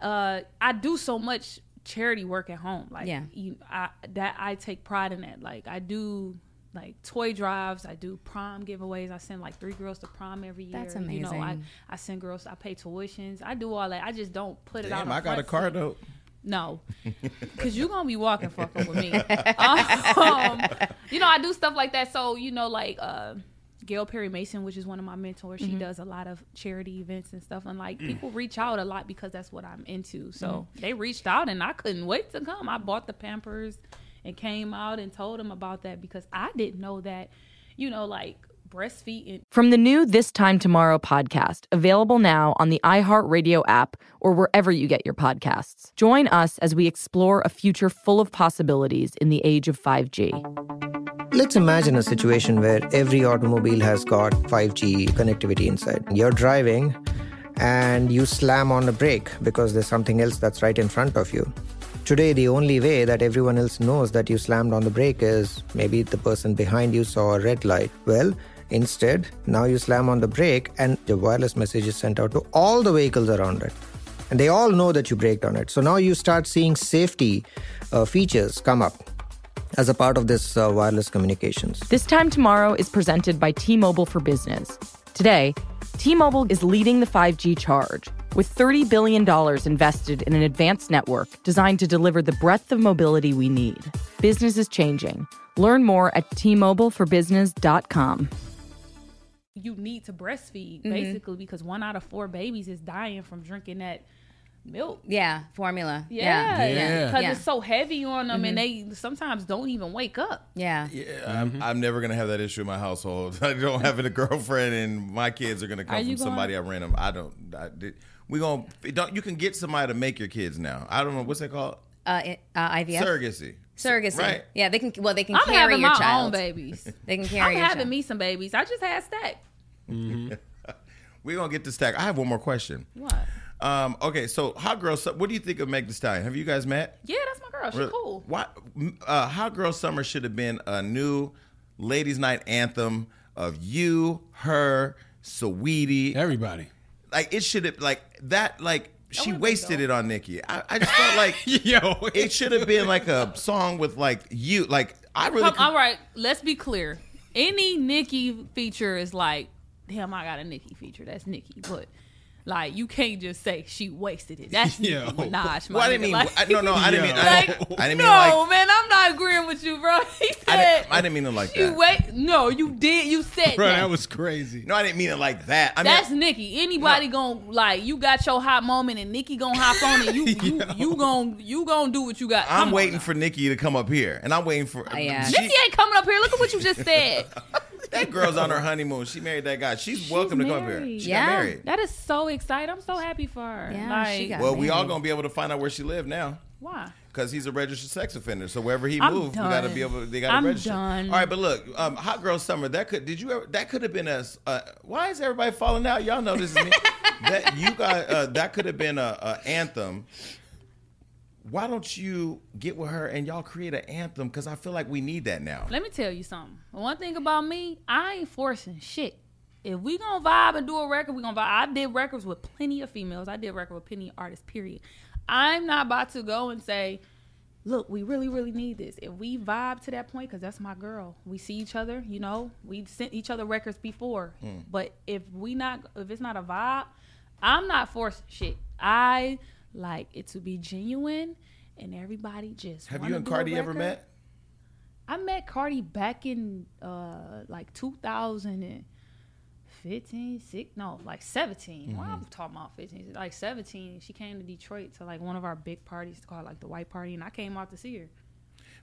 S5: uh, I do so much charity work at home. Like
S3: Yeah.
S5: you, I, that I take pride in that. Like I do like toy drives. I do prom giveaways. I send like three girls to prom every year.
S3: That's
S5: You know, I,
S3: amesing.
S5: I send girls. I pay tuitions. I do all that. I just don't put it
S2: Damn,
S5: out.
S2: I
S5: on
S2: got a
S5: front
S2: car
S5: seat.
S2: note.
S5: No, because you gonna be walking fucking with me. Um, you know, I do stuff like that. So you know, like uh, Gail Perry Mason, which is one of my mentors, she does a lot of charity events and stuff, and like people reach out a lot because that's what I'm into. So they reached out, and I couldn't wait to come. I bought the Pampers and came out and told them about that because I didn't know that. You know, like breastfeeding
S7: From the new This Time Tomorrow podcast, available now on the iHeartRadio app or wherever you get your podcasts. Join us as we explore a future full of possibilities in the age of 5G.
S8: Let's imagine a situation where every automobile has got 5G connectivity inside. You're driving and you slam on a brake because there's something else that's right in front of you. Today, the only way that everyone else knows that you slammed on the brake is maybe the person behind you saw a red light. Well, instead, now you slam on the brake and the wireless message is sent out to all the vehicles around it. And they all know that you braked on it. So now you start seeing safety uh, features come up as a part of this uh, wireless communications.
S7: This Time Tomorrow is presented by T Mobile for Business. Today, T Mobile is leading the 5G charge with $30 billion invested in an advanced network designed to deliver the breadth of mobility we need. Business is changing. Learn more at tmobileforbusiness.com.
S5: you need to breastfeed basically because one out of four babies is dying from drinking that milk.
S3: Yeah, formula.
S5: Yeah,
S4: Yeah.
S5: because
S3: Yeah. Mm-hmm.
S5: it's so heavy on them, and they sometimes don't even wake up.
S3: Yeah.
S2: Yeah,
S5: Mm-hmm.
S2: I'm, I'm never gonna have that issue in my household. I don't have a girlfriend, and my kids are gonna come
S5: Are
S2: from
S5: you
S2: somebody I rent them. I don't. I did, we gonna don't. You can get somebody to make your kids now. I don't know what's that called.
S3: Uh, it- uh, IVF.
S2: Surrogacy.
S3: Surrogacy.
S2: Right.
S3: Yeah, they can. Well, they can
S5: I'm
S3: carry
S5: having
S3: your
S5: my
S3: child.
S5: own babies.
S3: They can
S5: I'm
S3: carry your
S5: having
S3: child.
S5: me some babies. I just had stack.
S2: We're gonna get to stack. I have one more question.
S5: What?
S2: Um, okay, so hot girl, Su- what do you think of Meg Thee Stallion? Have you guys met?
S5: Yeah, that's my girl. She's
S2: Really?
S5: cool.
S2: Why, m- uh, hot girl summer should have been a new ladies' night anthem of you, her, Sweetie.
S4: Everybody.
S2: Like it should have like that. Like she wasted it on Nikki. I, I just felt like
S4: Yo,
S2: it should have been like a song with like you. Like I really.
S5: Come- all right, let's be clear. Any Nikki feature is like, damn, I got a Nikki feature. That's Nikki, but. Like you can't just say she wasted it. That's
S4: Yo.
S5: Nicki Minaj. My
S2: Well, I didn't
S5: nigga.
S2: mean.
S5: Like-
S2: I, no, no, I didn't mean. I,
S5: like,
S2: didn't- I didn't mean
S5: no,
S2: like.
S5: man, I'm not agreeing with you, bro. He
S2: I
S5: said,
S2: didn't, I didn't mean it like
S5: you
S2: that.
S5: wait. No, you did. You said
S4: bro,
S5: that.
S4: that was crazy.
S2: No, I didn't mean it like that. I mean,
S5: That's Nikki. Anybody gon' like you got your hot moment and Nikki gonna hop on and you you you gon' you gonna do what you got. Come
S2: I'm
S5: on
S2: waiting
S5: now.
S2: for Nikki to come up here, and I'm waiting for.
S3: yeah.
S2: she-
S5: Nikki ain't coming up here. Look at what you just said.
S2: that girl's on her honeymoon. She married that guy. She's, welcome to come up here.
S5: married.
S2: She
S3: Yeah.
S2: got married.
S5: that is so exciting. I'm so happy for her.
S3: Yeah,
S5: like,
S3: she got
S2: well, we all
S3: married.
S2: gonna be able to find out where she lived now.
S5: why?
S2: Because he's a registered sex offender, so wherever he
S5: I'm
S2: moved, we gotta
S5: done.
S2: be able. They gotta
S5: I'm
S2: register.
S5: done.
S2: All right, but look, um, hot girl summer. That could did you ever? That could have been a. s- Uh, why is everybody falling out? Y'all know this is me. that you got. Uh, that could have been a, a anthem. Why don't you get with her and y'all create an anthem? Because I feel like we need that now.
S5: Let me tell you something. One thing about me, I ain't forcing shit. If we gonna vibe and do a record, we gonna vibe. I did records with plenty of females. I did record with plenty of artists. Period. I'm not about to go and say, look, we really, really need this. If we vibe to that point, because that's my girl. We see each other. You know, we sent each other records before.
S2: Hmm.
S5: But if we not, if it's not a vibe, I'm not forcing shit. I like it to be genuine, and everybody just.
S2: Have
S5: wanna
S2: you and
S5: do a
S2: Cardi ever
S5: record.
S2: met?
S5: I met Cardi back in uh like 2015, 6, no, like 17. Well,
S2: Mm-hmm.
S5: I'm talking about 15, like 17. She came to Detroit to like one of our big parties called like the White Party, and I came out to see her.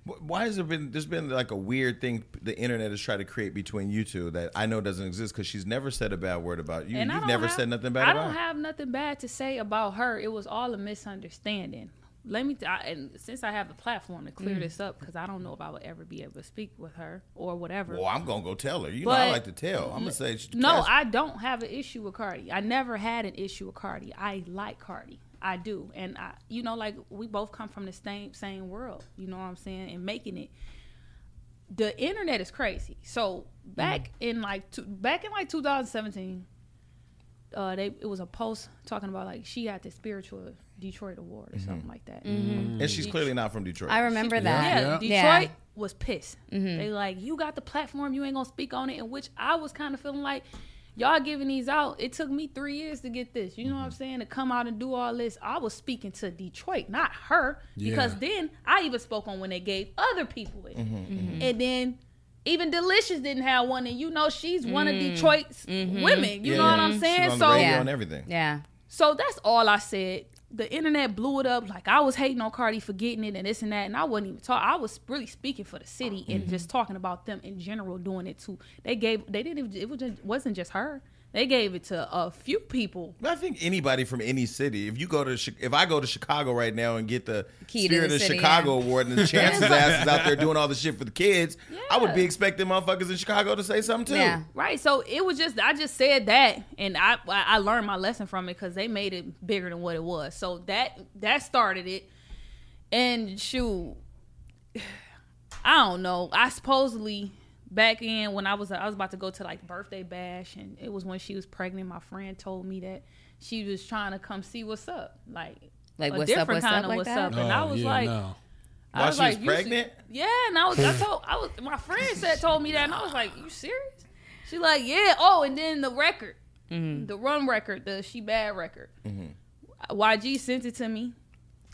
S2: Wh- Why has there been there's been like a weird thing the internet has tried to create between you two that I know doesn't exist because she's never said a bad word about you.
S5: and I
S2: You've
S5: don't
S2: never
S5: have-
S2: said nothing bad
S5: I
S2: about
S5: don't
S2: her.
S5: have nothing bad to say about her. It was all a misunderstanding. Let me, I, and since I have the platform to
S2: Mm.
S5: clear this up, because I don't know if I would ever be able to speak with her or whatever.
S2: well, I'm gonna go tell her. You know, I
S5: But-
S2: like to tell. I'm gonna say she-
S5: No,
S2: Cass-
S5: I don't have an issue with Cardi. I never had an issue with Cardi. I like Cardi. I do. And I you know, like we both come from the same same world, you know what I'm saying? And making it. The internet is crazy. So back in like two, back in like 2017, uh, they it was a post talking about like she had the spiritual Detroit award or something like that.
S2: and she's clearly not from Detroit.
S3: I remember that.
S5: Yeah,
S3: Yeah. Mm-hmm.
S5: Detroit was pissed. They like, you got the platform, you ain't gonna speak on it. And which I was kind of feeling like, y'all giving these out. It took me three years to get this. You know what I'm saying? To come out and do all this. I was speaking to Detroit, not her, because
S4: Yeah.
S5: then I even spoke on when they gave other people it,
S3: Mm-hmm.
S5: and then. Even Delicious didn't have one, and you know she's one of
S3: Mm-hmm.
S5: Detroit's women. You know what I'm saying?
S2: She's on
S5: so
S2: the radio
S3: Yeah.
S2: and everything.
S3: Yeah.
S5: so that's all I said. The internet blew it up. Like I was hating on Cardi for getting it and this and that, and I wasn't even talking. I was really speaking for the city and just talking about them in general doing it too. They gave. They didn't. Even, it was just, wasn't just her. They gave it to a few people.
S2: I think anybody from any city, if you go to Chi- if I go to Chicago right now and get the
S3: Key to
S2: Spirit
S3: the
S2: of
S3: city,
S2: Chicago
S3: yeah.
S2: award and the chances ass is out there doing all the shit for the kids, I would be
S5: Yeah.
S2: expecting motherfuckers in Chicago to say something too.
S3: Yeah.
S5: Right. So it was just I just said that, and I I I learned my lesson from it because they made it bigger than what it was. So that that started it, and shoot, I don't know. I supposedly back in when I was I was about to go to like birthday bash, and it was when she was pregnant. My friend told me that she was trying to come see what's up, like
S3: Like,
S5: a
S3: what's up,
S5: different
S3: what's up,
S5: kind of
S3: like
S5: what's
S3: that?
S5: up, and I
S4: Oh,
S5: was
S4: yeah,
S5: like.
S4: no.
S5: I
S2: While
S5: was
S2: she was
S5: like, you se-
S2: pregnant?
S5: yeah, and I was, I told, I was, my friend said, told me that, and I was like, you serious? She like, yeah. Oh, and then the record, the run record, the she bad record. YG sent it to me.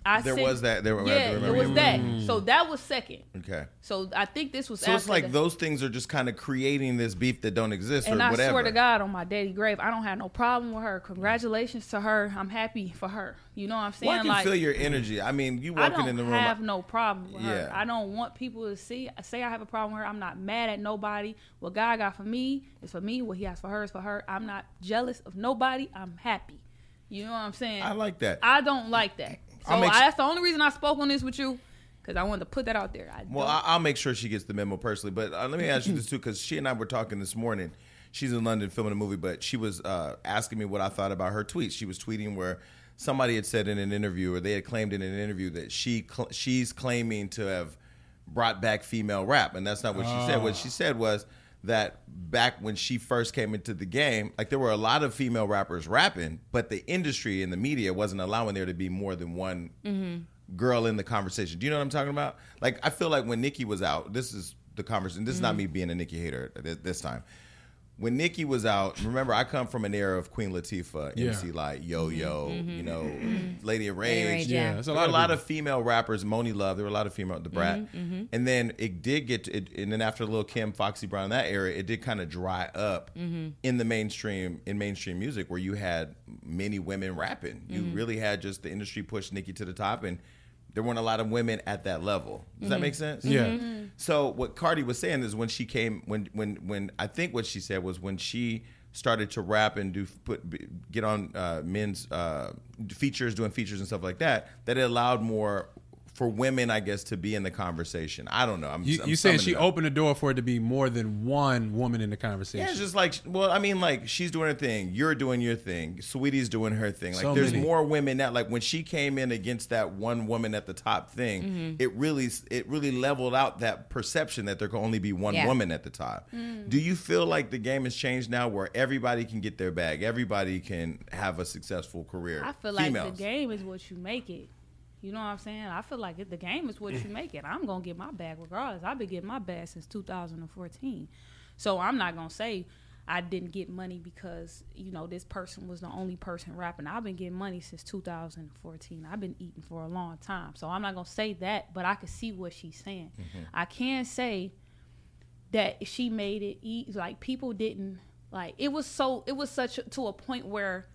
S5: I
S2: There
S5: sent-
S2: was that- there- I
S5: yeah,
S2: remember
S5: it
S2: it
S5: was
S2: was-
S5: that. So that was second.
S2: Okay.
S5: So I think this was.
S2: So it's
S5: after
S2: like
S5: that.
S2: those things are just kind of creating this beef that don't exist
S5: And
S2: or
S5: I
S2: whatever.
S5: swear to God, on my daddy grave, I don't have no problem with her. Congratulations to her. I'm happy for her. You know what I'm saying?
S2: Well, I can
S5: like,
S2: feel your energy. I mean, you
S5: I
S2: walking
S5: don't
S2: in the room.
S5: have no problem with her.
S2: Yeah.
S5: I don't want people to see say I have a problem with her. I'm not mad at nobody. What God got for me is for me. What He has for her is for her. I'm not jealous of nobody. I'm happy. You know what I'm saying?
S2: I like that.
S5: I don't like that. So
S2: I'll make
S5: I,
S2: s-
S5: that's the only reason I spoke on this with you because I wanted to put that out there. I
S2: Well,
S5: don't-
S2: I, I'll make sure she gets the memo personally. But uh, let me ask you this too, because she and I were talking this morning. She's in London filming a movie, but she was uh, asking me what I thought about her tweets. She was tweeting where somebody had said in an interview, or they had claimed in an interview that she cl- she's claiming to have brought back female rap, and that's not what she said. What she said was that back when she first came into the game, like there were a lot of female rappers rapping, but the industry and the media wasn't allowing there to be more than one
S5: Mm-hmm.
S2: girl in the conversation. Do you know what I'm talking about? Like, I feel like when Nikki was out, this is the conversation. This is not me being a Nikki hater at thi- this time. When Nikki was out, remember I come from an era of Queen Latifah,
S4: Yeah.
S2: MC Light, Yo Yo, you know, Lady of Rage.
S3: Lady Rage, Yeah.
S4: Yeah, it's a
S2: There
S4: lot
S2: were
S4: of,
S2: a lot of female rappers, Moni Love. There were a lot of female the brat, and then it did get. To, it, and then after Lil Kim, Foxy Brown, that era, it did kind of dry up in the mainstream in mainstream music, where you had many women rapping. You really had just the industry push Nicki to the top, and there weren't a lot of women at that level. Does that make sense?
S4: Mm-hmm. Yeah. Mhm.
S2: So what Cardi was saying is when she came, when when when I think what she said was when she started to rap and do put get on uh, men's uh, features, doing features and stuff like that, that it allowed more for women, I guess, to be in the conversation. I don't know. I'm,
S4: You,
S2: I'm
S4: you
S2: summing
S4: saying she
S2: it up.
S4: opened the door for it to be more than one woman in the conversation?
S2: Yeah, it's just like, well, I mean, like she's doing her thing, you're doing your thing, Sweetie's doing her thing. Like,
S4: So
S2: there's
S4: many.
S2: more women now. Like when she came in against that one woman at the top thing,
S5: Mm-hmm.
S2: it really, it really leveled out that perception that there can only be one
S3: Yeah.
S2: woman at the top.
S5: Mm.
S2: Do you feel like the game has changed now, where everybody can get their bag, everybody can have a successful career?
S5: I feel like
S2: Females.
S5: the game is what you make it. You know what I'm saying? I feel like it, the game is what you make it. I'm gonna get my bag regardless. I've been getting my bag since 2014, so I'm not gonna say I didn't get money because you know this person was the only person rapping. I've been getting money since 2014. I've been eating for a long time, so I'm not gonna say that. But I can see what she's saying. I can say that she made it easy. Like people didn't like it was so it was such to a point where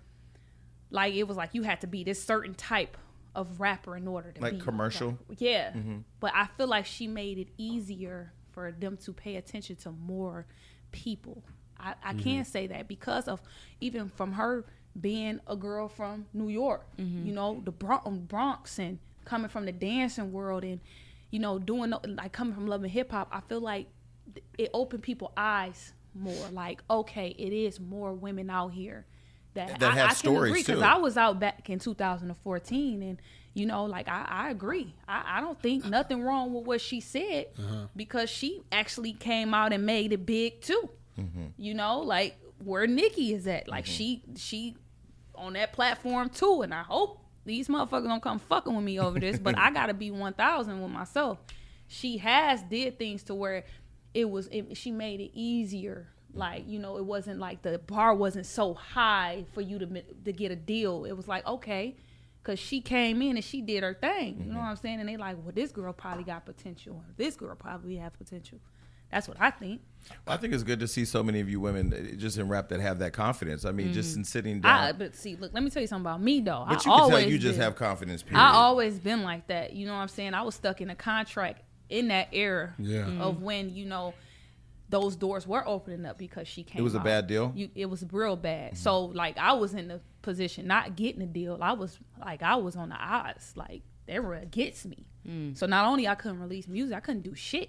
S5: like it was like you had to be this certain type of rapper in order to
S2: Like
S5: be a
S2: commercial? Mm-hmm.
S5: rapper. Yeah, but I feel like she made it easier for them to pay attention to more people. I, I
S2: Mm-hmm.
S5: can't say that because of even from her being a girl from New York, you know, the Bron- um, Bronx and coming from the dancing world and you know doing the- like coming from loving hip hop. I feel like th- it opened people eyes more. Like okay, it is more women out here that,
S2: That
S5: I,
S2: have
S5: I can
S2: stories,
S5: agree
S2: too.
S5: because I was out back in 2014 and you know like I, I agree I, I don't think nothing wrong with what she said
S2: Uh-huh.
S5: because she actually came out and made it big too
S2: Mm-hmm.
S5: you know like where Nikki is at like she she on that platform too and I hope these motherfuckers don't come fucking with me over this but I gotta be 1000 with myself she has did things to where it was it, she made it easier like you know it wasn't like the bar wasn't so high for you to mi- to get a deal it was like okay because she came in and she did her thing
S2: Mm-hmm.
S5: you know what i'm saying and they like well this girl probably got potential this girl probably have potential that's what i think
S2: I think it's good to see so many of you women uh, just in rap that have that confidence. I mean, just in sitting down.
S5: Mm. I, but see look let me tell you something about me though
S2: but
S5: I
S2: you can
S5: always
S2: tell you just
S5: did.
S2: have confidence. Period.
S5: I always been like that. You know what I'm saying? I was stuck in a contract in that era
S2: Mm-hmm.
S4: Yeah. Mhm.
S5: of when, you know, those doors were opening up because she came.
S2: was a
S5: out.
S2: bad deal? Mm-hmm.
S5: You, it was real bad. So like I was in the position not getting a deal. I was like I was on the odds. Like they were against me.
S3: Mm.
S5: So not only I couldn't release music, I couldn't do shit.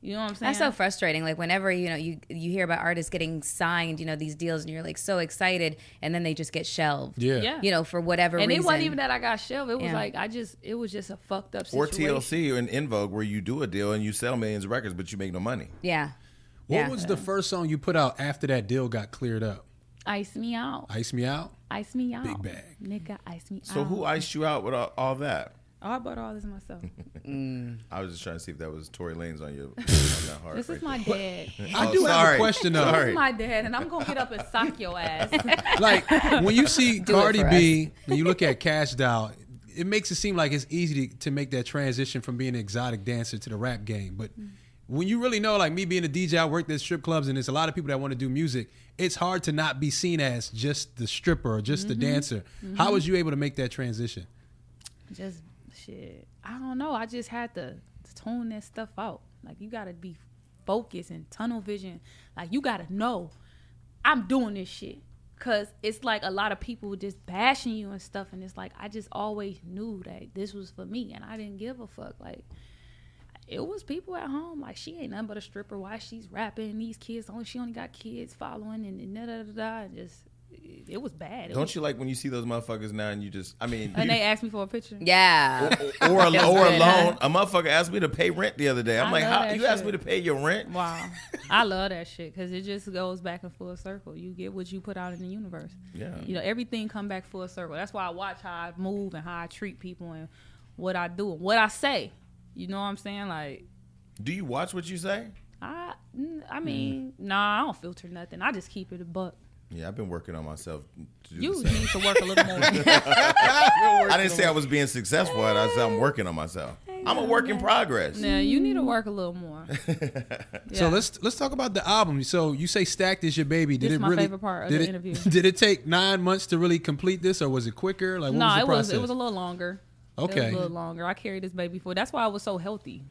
S5: You know what I'm saying?
S3: That's so frustrating. Like whenever you know you you hear about artists getting signed, you know these deals, and you're like so excited, and then they just get shelved.
S4: Yeah.
S5: Yeah.
S3: You know for whatever
S5: and
S3: reason.
S5: it wasn't even that I got shelved. It was
S3: Yeah.
S5: like I just it was just a fucked up
S2: Or
S5: situation.
S2: TLC or in In Vogue, where you do a deal and you sell millions of records, but you make no money.
S3: Yeah.
S4: What
S3: Yeah.
S4: was the first song you put out after that deal got cleared up?
S5: Ice me out.
S4: Ice Me Out?
S5: Ice me out.
S2: Oh.
S4: Big bag.
S5: Nigga, ice me out.
S2: So who iced you out with all, all that?
S5: Oh, I bought all this myself.
S2: I was just trying to see if that was Tory Lanez on your on that heart.
S5: This
S2: right
S5: is my dad.
S4: I
S2: Oh,
S4: do have
S2: sorry.
S4: a question though.
S5: This
S2: Sorry.
S5: is my dad, and I'm gonna get up and sock your ass.
S4: Like when you see Cardi
S3: for
S4: B and you look at Cash Doll, it makes it seem like it's easy to, to make that transition from being an exotic dancer to the rap game. But
S5: Mm.
S4: when you really know, like me being a DJ, I worked at strip clubs, and there's a lot of people that want to do music. It's hard to not be seen as just the stripper or just
S5: Mm-hmm.
S4: the dancer. How was you able to make that transition?
S5: just shit. I don't know. I just had to tune that stuff out. Like you gotta be focused and tunnel vision. Like you gotta know I'm doing this shit. Cause it's like a lot of people just bashing you and stuff, and it's like I just always knew that this was for me, and I didn't give a fuck. Like it was people at home like she ain't nothing but a stripper. Why she's rapping? These kids only she only got kids following, and da da da da. and Just it, it was bad. It
S2: Don't
S5: was-
S2: you like when you see those motherfuckers now and you just, I mean,
S5: And
S2: you-
S5: they asked me for a picture.
S3: Yeah.
S2: or, or,
S3: That's
S2: or a
S3: good,
S2: loan.
S3: huh?
S2: A motherfucker asked me to pay rent the other day. I'm
S5: I
S2: like,
S5: know
S2: how
S5: that
S2: you asked me
S5: shit.
S2: to pay your rent?
S5: Wow, I love that shit because it just goes back in full circle. You get what you put out in the universe.
S2: Yeah.
S5: you know everything come back full circle. That's why I watch how I move and how I treat people and what I do and what I say. You know what I'm saying? Like
S2: Do you watch what you say?
S5: I, mm, I mean, nah, I don't filter nothing. I just keep it a buck.
S2: Yeah, I've been working on myself. To do
S5: You
S2: the same.
S5: need to work a little more.
S2: I didn't say I was being successful. at it. I said I'm working on myself. I'm a work in progress.
S5: yeah, you need to work a little more.
S4: So let's let's talk about the album. So you say stacked is your baby. Did
S5: This
S4: it
S5: my
S4: really?
S5: favorite part of
S4: did
S5: the
S4: it,
S5: interview.
S4: Did it take nine months to really complete this, or was it quicker? Like what
S5: No,
S4: was the
S5: it
S4: process?
S5: was it was a little longer. It was
S4: Okay.
S5: a little longer. I carried this baby for. That's why I was so healthy.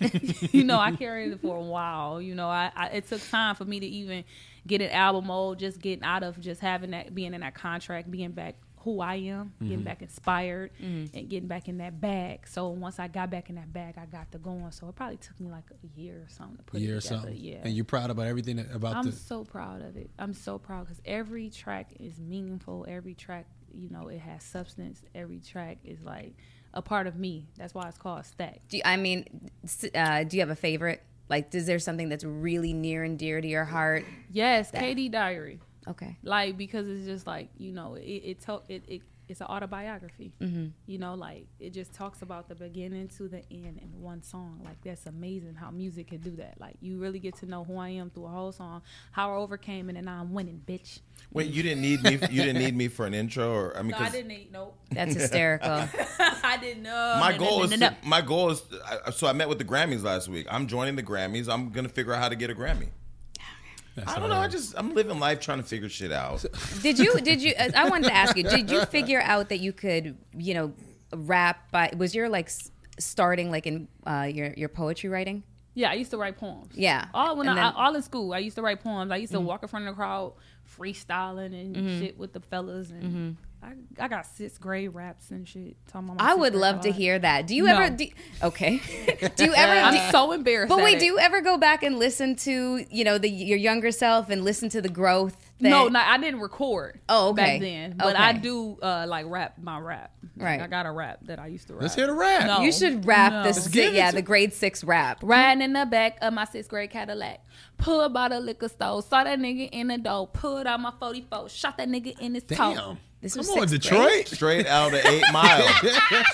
S5: you know, I carried it for a while. You know, I, I it took time for me to even get an album mode, just getting out of just having that being in that contract, being back who I am,
S4: Mm-hmm.
S5: getting back inspired, and getting back in that bag. So once I got back in that bag, I got the going. So it probably took me like a year or something to put
S4: year
S5: it
S4: or
S5: together.
S4: something.
S5: Yeah,
S4: And you're proud about everything that- about
S5: I'm
S4: the.
S5: so proud of it. I'm so proud because every track is meaningful. Every track, you know, it has substance. Every track is like a part of me. That's why it's called Stack.
S3: Do you, I mean, s- uh, do you have a favorite? Like, is there something that's really near and dear to your heart?
S5: Yes, KD Diary.
S3: Okay.
S5: Like because it's just like you know, it it to, it, it it's an autobiography. You know, like it just talks about the beginning to the end in one song. Like that's amazing how music can do that. Like you really get to know who I am through a whole song, how I overcame it, and now I'm winning, bitch.
S2: Wait, you didn't need me. You didn't need me for an intro, or I mean,
S5: No,
S2: 'cause
S5: I didn't. eat- Nope,
S3: That's hysterical.
S5: I didn't know.
S2: my
S5: No, no,
S2: goal
S5: no,
S2: is
S5: no,
S2: to-
S5: no.
S2: my goal is. I, so I met with the Grammys last week. I'm joining the Grammys. I'm gonna figure out how to get a Grammy. I don't know. I just I'm living life trying to figure shit out.
S3: did you? Did you? I wanted to ask you. Did you figure out that you could, you know, rap? By was your like s- starting like in uh, your your poetry writing?
S5: Yeah, I used to write poems.
S3: Yeah.
S5: all when
S3: And
S5: I,
S3: then- Mm-hmm.
S5: all in school, I used to write poems. I used to walk in front of the crowd, freestyling and shit with the fellas,
S3: Mm-hmm.
S5: and I, I got sixth grade raps and shit. Talking about my
S3: I
S5: sixth
S3: would
S5: grade
S3: love to
S5: rap.
S3: hear that. Do you
S5: No.
S3: ever? Do, okay. do you ever? do-
S5: I'm so embarrassed.
S3: but
S5: at
S3: wait,
S5: it.
S3: do you ever go back and listen to you know the your younger self and listen to the growth? That,
S5: no, no, I didn't record.
S3: Oh, okay.
S5: Back then, but I
S3: Okay.
S5: do uh, like rap my rap. Like,
S3: Right.
S5: I got a rap that I used to rap.
S4: Let's hear the rap.
S5: No.
S3: You should rap
S5: No.
S3: this.
S4: give it
S3: Yeah,
S4: to-
S3: the grade six rap.
S5: Riding in the back of my sixth grade Cadillac. Pulled by the liquor store. Saw that nigga in the door. Pulled out my 44. Shot that nigga in his
S4: Damn.
S5: toe.
S3: This
S4: Come
S3: was
S4: on,
S3: sixth
S4: Detroit.
S2: Straight out of Eight Mile.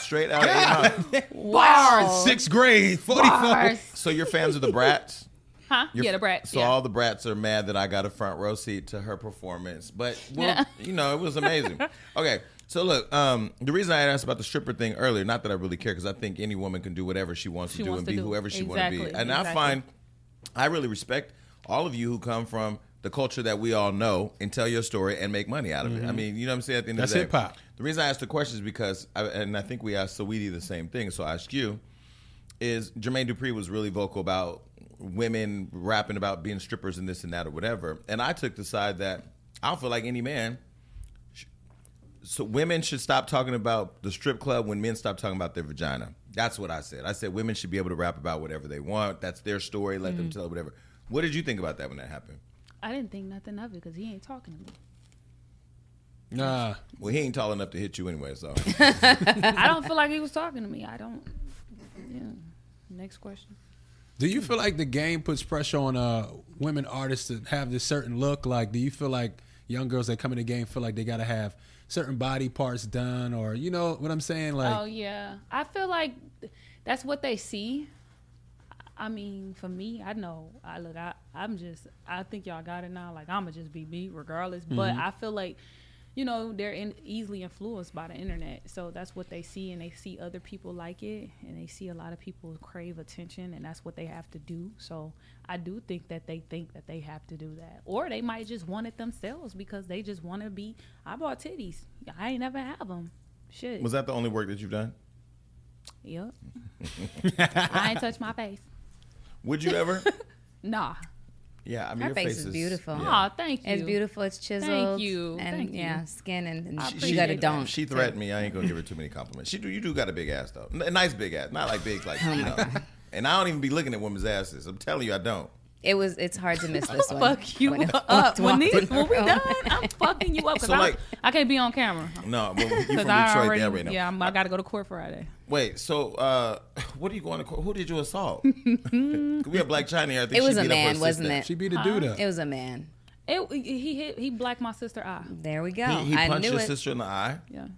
S2: Straight out of Eight Mile.
S5: Wow.
S4: Sixth grade, 44.
S2: So your fans are the Brats.
S5: Huh?
S2: Your-
S5: yeah, the brats.
S2: So
S5: yeah.
S2: all the brats are mad that I got a front row seat to her performance, but well, you know it was amazing. Okay, so look, um, the reason I had asked about the stripper thing earlier, not that I really care, because I think any woman can do whatever she wants
S5: She
S2: to do
S5: wants
S2: and
S5: to
S2: be
S5: do.
S2: whoever she want to be,
S5: Exactly,
S2: and I
S5: exactly.
S2: find I really respect all of you who come from the culture that we all know and tell your story and make money out of it. I mean, you know what I'm saying? At the end
S4: Mm-hmm. That's
S2: of the day,
S4: hip-hop.
S2: The reason I asked the question is because, I, and I think we asked Saweetie the same thing, so I ask you is Jermaine Dupri was really vocal about women rapping about being strippers and this and that or whatever. And I took the side that I don't feel like any man. sh- So women should stop talking about the strip club when men stop talking about their vagina. That's what I said. I said women should be able to rap about whatever they want. That's their story. Let
S3: Mm.
S2: them tell whatever. What did you think about that when that happened?
S5: I didn't think nothing of it because he ain't talking to me.
S4: Nah.
S2: Well, he ain't tall enough to hit you anyway, so
S5: I don't feel like he was talking to me. I don't. Yeah. Next question.
S4: Do you feel like the game puts pressure on uh, women artists to have this certain look? Like, do you feel like young girls that come in the game feel like they got to have certain body parts done, or you know what I'm saying? Like,
S5: oh yeah, I feel like th- that's what they see. I mean, for me, I know. I look. I I'm just. I think y'all got it now. Like I'ma just be me regardless. But I feel like. You know they're in, easily influenced by the internet, so that's what they see, and they see other people like it, and they see a lot of people crave attention, and that's what they have to do. So I do think that they think that they have to do that, or they might just want it themselves because they just want to be. I bought titties. I ain't never have them. Shit.
S2: was that the only work that you've done?
S5: Yep. I ain't touch my face.
S2: Would you ever?
S5: Nah.
S2: yeah, I mean,
S3: Her
S2: your
S3: face is beautiful.
S2: yeah.
S5: Aw, thank you.
S3: It's beautiful. It's chiseled.
S5: you,
S3: And
S5: thank you.
S3: yeah, skin and, and
S5: She-
S3: you got a donk.
S2: She threatened me. I ain't gonna give her too many compliments. She do. You do got a big ass though. N- A nice big ass, not like big
S3: Oh
S2: like you know. And I don't even be looking at women's asses. I'm telling you, I don't.
S3: It was. It's hard to miss this one.
S5: Fuck you
S3: When it-
S5: up. When, these, when we
S3: Oh my
S5: done, I'm fucking you up because
S2: So, like-
S5: I can't be on camera.
S2: No, but you from Detroit,
S5: Because I
S2: they
S5: already,
S2: already know.
S5: yeah, I'm, I got to go to court Friday.
S2: Wait, so uh, what are you going to? court- Who did you assault? we had Black China here. I think
S3: It
S2: she
S3: was a
S2: beat up her
S3: man, wasn't
S2: sister.
S3: it?
S4: she beat a dude up.
S3: It was a man.
S5: It, he hit, he blacked my sister eye.
S3: There we go.
S2: He, he
S3: I
S2: punched
S3: knew
S2: his
S3: it.
S2: sister in the eye.
S5: Yeah.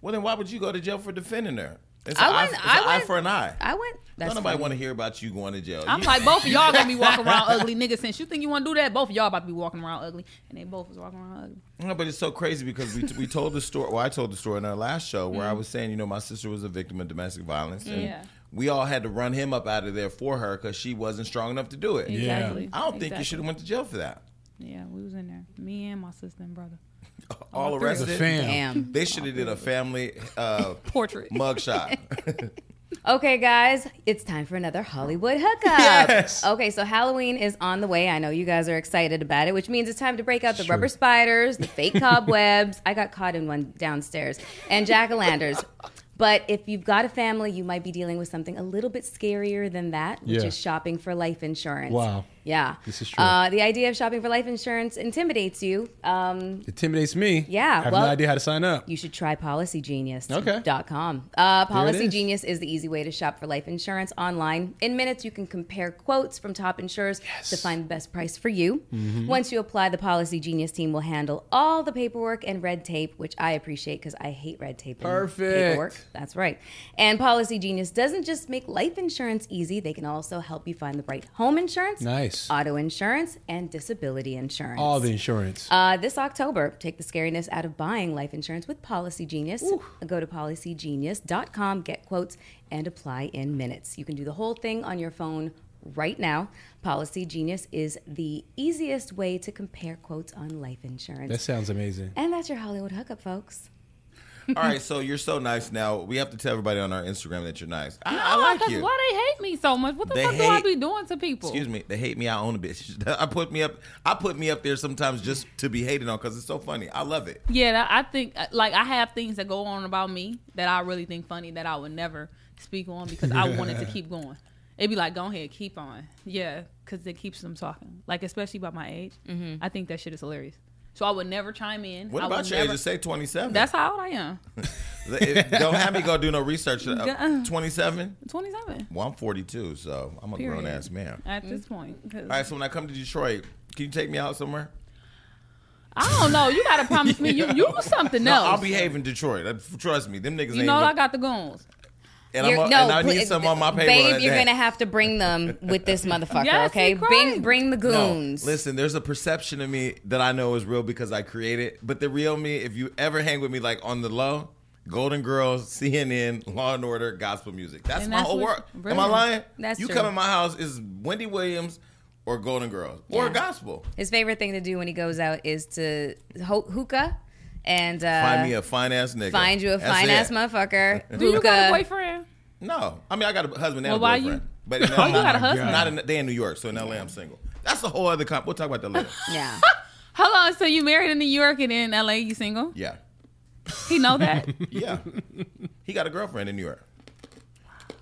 S2: Well, then why would you go to jail for defending her? It's an
S3: I
S2: eye,
S3: went-
S2: it's
S3: I
S2: an eye
S3: went-
S2: for an eye.
S3: I went. That's
S2: Don't nobody
S3: funny.
S2: want to hear about you going to jail.
S5: I'm
S2: You-
S5: like, both of y'all going to be walking around ugly, nigga. Since you think you want to do that, both of y'all about to be walking around ugly. And they both was walking around ugly.
S2: No, but it's so crazy because we, we told the story. Well, I told the story in our last show where I
S3: Mm.
S2: was saying, you know, my sister was a victim of domestic violence, and
S5: Yeah.
S2: we all had to run him up out of there for her because she wasn't strong enough to do it.
S5: Exactly.
S2: I don't think you
S5: Exactly.
S2: should have went to jail for that.
S5: Yeah, we was in there. Me and my sister and brother.
S2: All
S4: As a
S2: arrested.
S4: fan.
S3: Damn.
S2: They should have did a family uh,
S5: Portrait.
S2: mug shot.
S3: Okay, guys, it's time for another Hollywood hookup.
S4: Yes.
S3: Okay, so Halloween is on the way. I know you guys are excited about it, which means it's time to break out the rubber spiders, the fake cobwebs. I got caught in one downstairs, and jack o' lanterns. But if you've got a family, you might be dealing with something a little bit scarier than that, which
S4: Yeah.
S3: is shopping for life insurance.
S4: Wow.
S3: Yeah.
S4: This is true.
S3: Uh, the idea of shopping for life insurance intimidates you. Um,
S4: Intimidates me.
S3: Yeah,
S4: I have
S3: well-
S4: no idea how to sign up.
S3: you should try policygenius.com.
S4: Okay.
S3: Uh,
S4: it
S3: Policy
S4: is.
S3: Genius is the easy way to shop for life insurance online. In minutes, you can compare quotes from top insurers to find the best price for you.
S4: Mm-hmm.
S3: Once you apply, the Policy Genius team will handle all the paperwork and red tape, which I appreciate because I hate red tape and
S4: Perfect.
S3: paperwork. That's right. And Policy Genius doesn't just make life insurance easy, they can also help you find the right home insurance,
S4: Nice.
S3: auto insurance, and disability insurance.
S4: All the insurance.
S3: Uh, this October, take the scariness out of buying life insurance with Policy Genius. Go to policygenius.com, get quotes, and apply in minutes. You can do the whole thing on your phone right now. Policy Genius is the easiest way to compare quotes on life insurance.
S4: that sounds amazing.
S3: and that's your Hollywood hookup, folks.
S2: All right, so you're so nice now. We have to tell everybody on our Instagram that you're nice. I, I
S5: Oh,
S2: like
S5: 'cause
S2: you.
S5: Why they hate me so much? What the
S2: They
S5: fuck do I
S2: hate-
S5: be doing to people?
S2: Excuse me, they hate me. I own a bitch. I put me up. I put me up there sometimes just to be hated on because it's so funny. I love it.
S5: Yeah, that- I think uh, like I have things that go on about me that I really think funny that I would never speak on because I wanted to keep going. It'd be like, go ahead, keep on. Yeah, because it keeps them talking. Like especially about my age, I think that shit is hilarious. So I would never chime in.
S2: What
S5: I
S2: about
S5: would
S2: your
S5: never-
S2: age? Just say 27.
S5: That's how old I am.
S2: If- don't have me go do no research.
S5: Duh.
S2: 27?
S5: Twenty seven
S2: Well, I'm 42, so I'm a
S5: Period.
S2: grown ass man.
S5: at this point. 'cause-
S2: All right, so when I come to Detroit, can you take me out somewhere?
S5: I don't know. You gotta promise me you you something
S2: No, I'll
S5: else.
S2: behave in Detroit. Uh, Trust me, them niggas ain't.
S5: you know
S2: even-
S5: I got the goons.
S2: and, I'm
S3: You're-
S2: a, and I
S3: pl-
S2: need some on my payroll.
S3: Babe,
S2: that
S3: you're
S2: day.
S3: going to have to bring them with this motherfucker,
S5: Yes,
S3: okay?
S5: he cried.
S3: Bring bring the
S2: No,
S3: goons.
S2: listen, there's a perception of me that I know is real because I create it. But the real me, if you ever hang with me, like on the low, Golden Girls, CNN, Law and Order, gospel music. That's
S5: And
S2: my
S5: that's
S2: whole world.
S5: what-
S2: Am I
S5: brilliant.
S2: lying?
S3: That's
S2: you
S3: true.
S2: come in my house is Wendy Williams or Golden Girls or
S3: Yeah.
S2: gospel.
S3: His favorite thing to do when he goes out is to ho- hookah and uh,
S2: Find me a fine ass nigga.
S3: find you a
S2: That's
S3: fine
S2: it.
S3: ass motherfucker.
S5: Do you got a
S3: Hookah.
S5: boyfriend?
S2: No, I mean I got a husband and
S5: Well,
S2: a
S5: why you
S2: boyfriend. But in
S5: you got a husband?
S2: Not in, they in New York, so in LA I'm single. That's a whole other comp. We'll talk about that later.
S3: Yeah.
S5: How long? So you married in New York and in LA you single?
S2: yeah,
S5: He know that.
S2: yeah. he got a girlfriend in New York.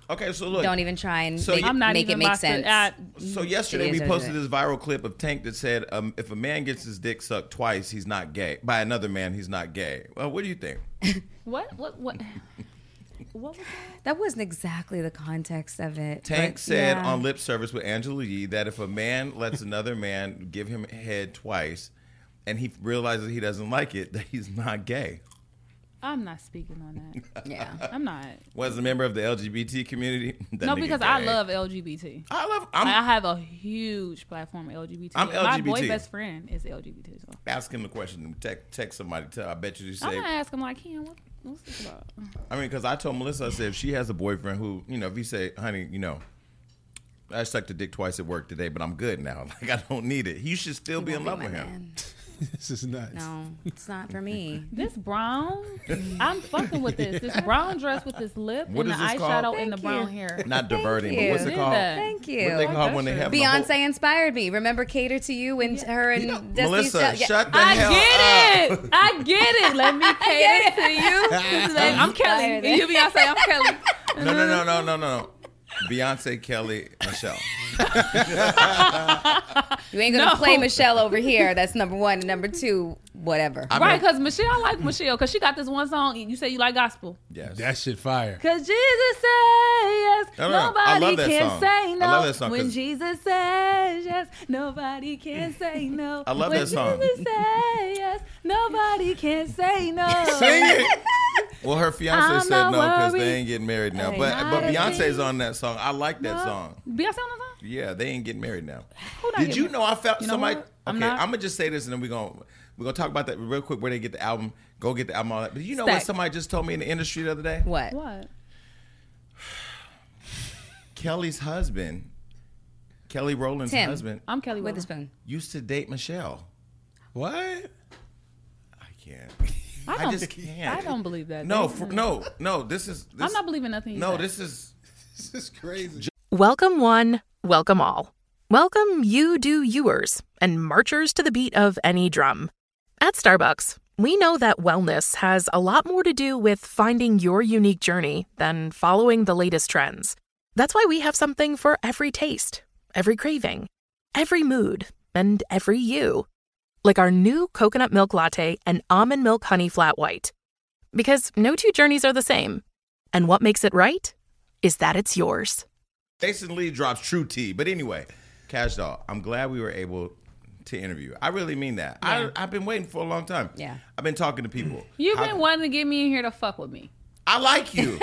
S2: Okay, so look.
S5: e-,
S3: Don't even try and
S2: So
S3: make,
S2: you-
S5: I'm not
S3: make
S5: even
S3: it make
S5: locked in-
S3: sense.
S5: I-
S2: So yesterday we
S3: is, it
S2: posted
S3: is.
S2: this viral clip of Tank that said, um, "If a man gets his dick sucked twice, he's not gay. By another man, he's not gay." Well, what do you think?
S5: what? What? What? What was that?
S3: that wasn't exactly the context of it.
S2: Tank
S3: but
S2: said
S3: yeah.
S2: on lip service with Angela Yee that if a man lets another man give him head twice, and he realizes he doesn't like it, that he's not gay.
S5: I'm not speaking on that.
S3: Yeah.
S5: I'm not.
S2: Was a member of the LGBT community. That
S5: no,
S2: nigga
S5: because I
S2: gay.
S5: love LGBT.
S2: I love.
S5: i I
S2: I'm
S5: have a huge platform LGBT.
S2: I'm
S5: My
S2: LGBT.
S5: boy best friend is LGBT. So
S2: asking the question. Text, text somebody. Tell. I bet you you
S5: I'm
S2: say.
S5: gonna ask him like, Ken, what, what's this about?
S2: I mean, because I told Melissa, I said if she has a boyfriend who, you know, if you say, honey, you know, I sucked a dick twice at work today, but I'm good now. Like I don't need it. You should still be in
S3: Won't be
S2: love
S3: my
S2: with him.
S3: man.
S4: This is nuts.
S3: No, it's not for me.
S5: This brown, I'm fucking with this. This brown dress with this lip
S2: What
S5: and
S2: is
S5: the
S2: this called?
S5: eyeshadow
S3: Thank
S5: and the brown
S3: you.
S5: hair.
S2: Not diverting, but
S3: you.
S2: what's it
S5: Did
S2: called?
S5: that.
S3: Thank
S2: What do they
S3: you.
S2: call when they
S5: Beyonce
S2: have the whole-
S3: Beyonce inspired me. Remember Cater to You and her and Destiny's
S2: Melissa,
S3: Child? Yeah.
S2: shut the
S5: I
S2: hell
S5: get it. I get it. Let me
S3: get
S5: cater to you. This is-
S3: Sorry,
S5: I'm Kelly.
S3: then.
S5: You Beyonce. I'm Kelly.
S2: No, no, no, no, no, no. Beyonce, Kelly, Michelle.
S3: You ain't gonna
S5: No.
S3: play Michelle over here. That's number one. And number two, whatever.
S2: I
S5: Right,
S2: mean,
S5: because Michelle, I like Michelle, because she got this one song. You say you like gospel.
S2: yes.
S4: That shit fire.
S5: Because Jesus says yes,
S2: No, no, no. I
S5: nobody
S2: love that
S5: can
S2: song.
S5: say no.
S2: I love that song,
S5: when
S2: 'cause-
S5: Jesus says yes, nobody can say no.
S2: I love
S5: when
S2: that song.
S5: Jesus says yes, nobody can say no.
S2: Sing it. Well, her fiance
S5: I'm
S2: said no
S5: not
S2: because
S5: worried.
S2: they ain't getting married now.
S5: Hey,
S2: But
S5: not
S2: but
S5: a
S2: Beyonce's
S5: thing.
S2: on that song. I like that
S5: No.
S2: song.
S5: Beyonce on the song?
S2: Yeah, they ain't getting married now.
S5: Who not
S2: Did
S5: getting
S2: you
S5: married?
S2: know I felt
S5: You know
S2: somebody?
S5: what? I'm
S2: okay,
S5: not-
S2: I'm gonna just say this, and then we're gonna we're gonna talk about that real quick. Where they get the album? Go get the album. All that. But you know what?
S5: Stack.
S2: Somebody just told me in the industry the other day.
S3: What?
S5: What?
S2: Kelly's husband, Kelly Rowland's
S3: Tim.
S2: husband,
S5: I'm Kelly
S3: With a
S5: Rowland.
S3: spoon.
S2: used to date Michelle.
S4: What?
S2: I can't.
S5: I,
S2: I
S5: don't-
S2: just can't.
S5: I don't believe that.
S2: No,
S5: That's-
S2: for, no, no. This is. This,
S5: I'm not believing nothing. you
S2: No,
S5: said.
S2: this is.
S4: This is crazy.
S9: Welcome one, welcome all. Welcome you do yours and marchers to the beat of any drum. At Starbucks, we know that wellness has a lot more to do with finding your unique journey than following the latest trends. That's why we have something for every taste, every craving, every mood, and every you. Like our new coconut milk latte and almond milk honey flat white. Because no two journeys are the same. And what makes it right is that it's yours.
S2: Jason Lee drops True T. But anyway, Cash Doll, I'm glad we were able to interview. I really mean that. I, I've been waiting for a long time.
S3: Yeah.
S2: I've been talking to people.
S5: You've
S2: How-
S5: been wanting to get me in here to fuck with me.
S2: I like you.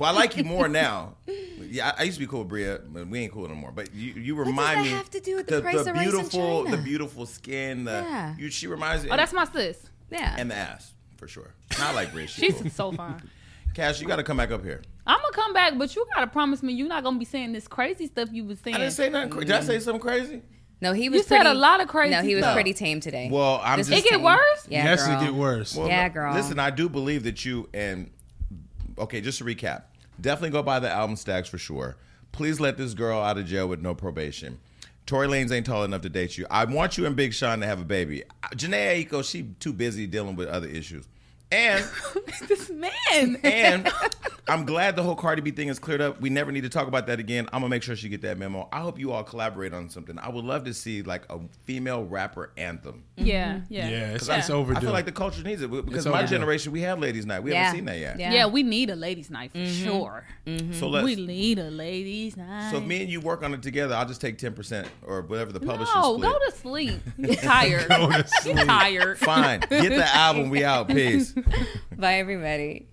S2: well, I like you more now. Yeah, I, I used to be cool with Bria, but we ain't cool no more. But you, you
S3: does
S2: remind
S3: that
S2: me
S3: have to do with the price of rice in
S2: beautiful,
S3: China?
S2: the beautiful skin. The,
S3: Yeah.
S2: you, she reminds me.
S5: Oh, that's my sis.
S3: Yeah.
S2: and the ass for sure. I like Bria. She's
S5: She's
S2: cool.
S5: so fine.
S2: Cash, you got to come back up here.
S5: I'm gonna come back, but you gotta promise me you're not gonna be saying this crazy stuff you was saying.
S2: I didn't say nothing. Cra- Did I say something crazy?
S3: No, he was.
S5: You said a
S3: pretty-
S5: lot of crazy
S3: No, he was
S5: stuff.
S3: pretty tame today.
S2: Well, I'm
S3: This
S2: just-
S3: was
S5: It get
S3: tame.
S5: worse?
S3: Yeah,
S4: yes,
S3: girl.
S4: it get worse.
S2: Well,
S3: Yeah,
S2: look,
S3: girl.
S2: Listen, I do believe that you and okay. Just to recap, definitely go buy the album stacks for sure. Please let this girl out of jail with no probation. Tory Lanez ain't tall enough to date you. I want you and Big Sean to have a baby. Janae Aiko, she too busy dealing with other issues. And
S5: this man.
S2: and I'm glad the whole Cardi B thing is cleared up. We never need to talk about that again. I'm gonna make sure she get that memo. I hope you all collaborate on something. I would love to see like a female rapper anthem.
S5: Yeah, yeah,
S4: Yeah, it's,
S5: Mm-hmm. Yeah.
S4: it's
S2: I
S4: overdue.
S2: feel like the culture needs it because
S4: It's
S2: my
S4: overdue.
S2: generation we have ladies night. We
S3: Yeah.
S2: haven't seen that yet.
S3: Yeah.
S5: Yeah. we need a ladies' night for sure.
S2: So let's.
S5: We need a ladies' night.
S2: so if me and you work on it together, I'll just take ten percent or whatever the publisher
S5: no,
S2: split.
S5: go to sleep. You're tired.
S4: Go to sleep.
S5: You're tired.
S2: Fine, get the album. We out. Peace.
S3: Bye, everybody.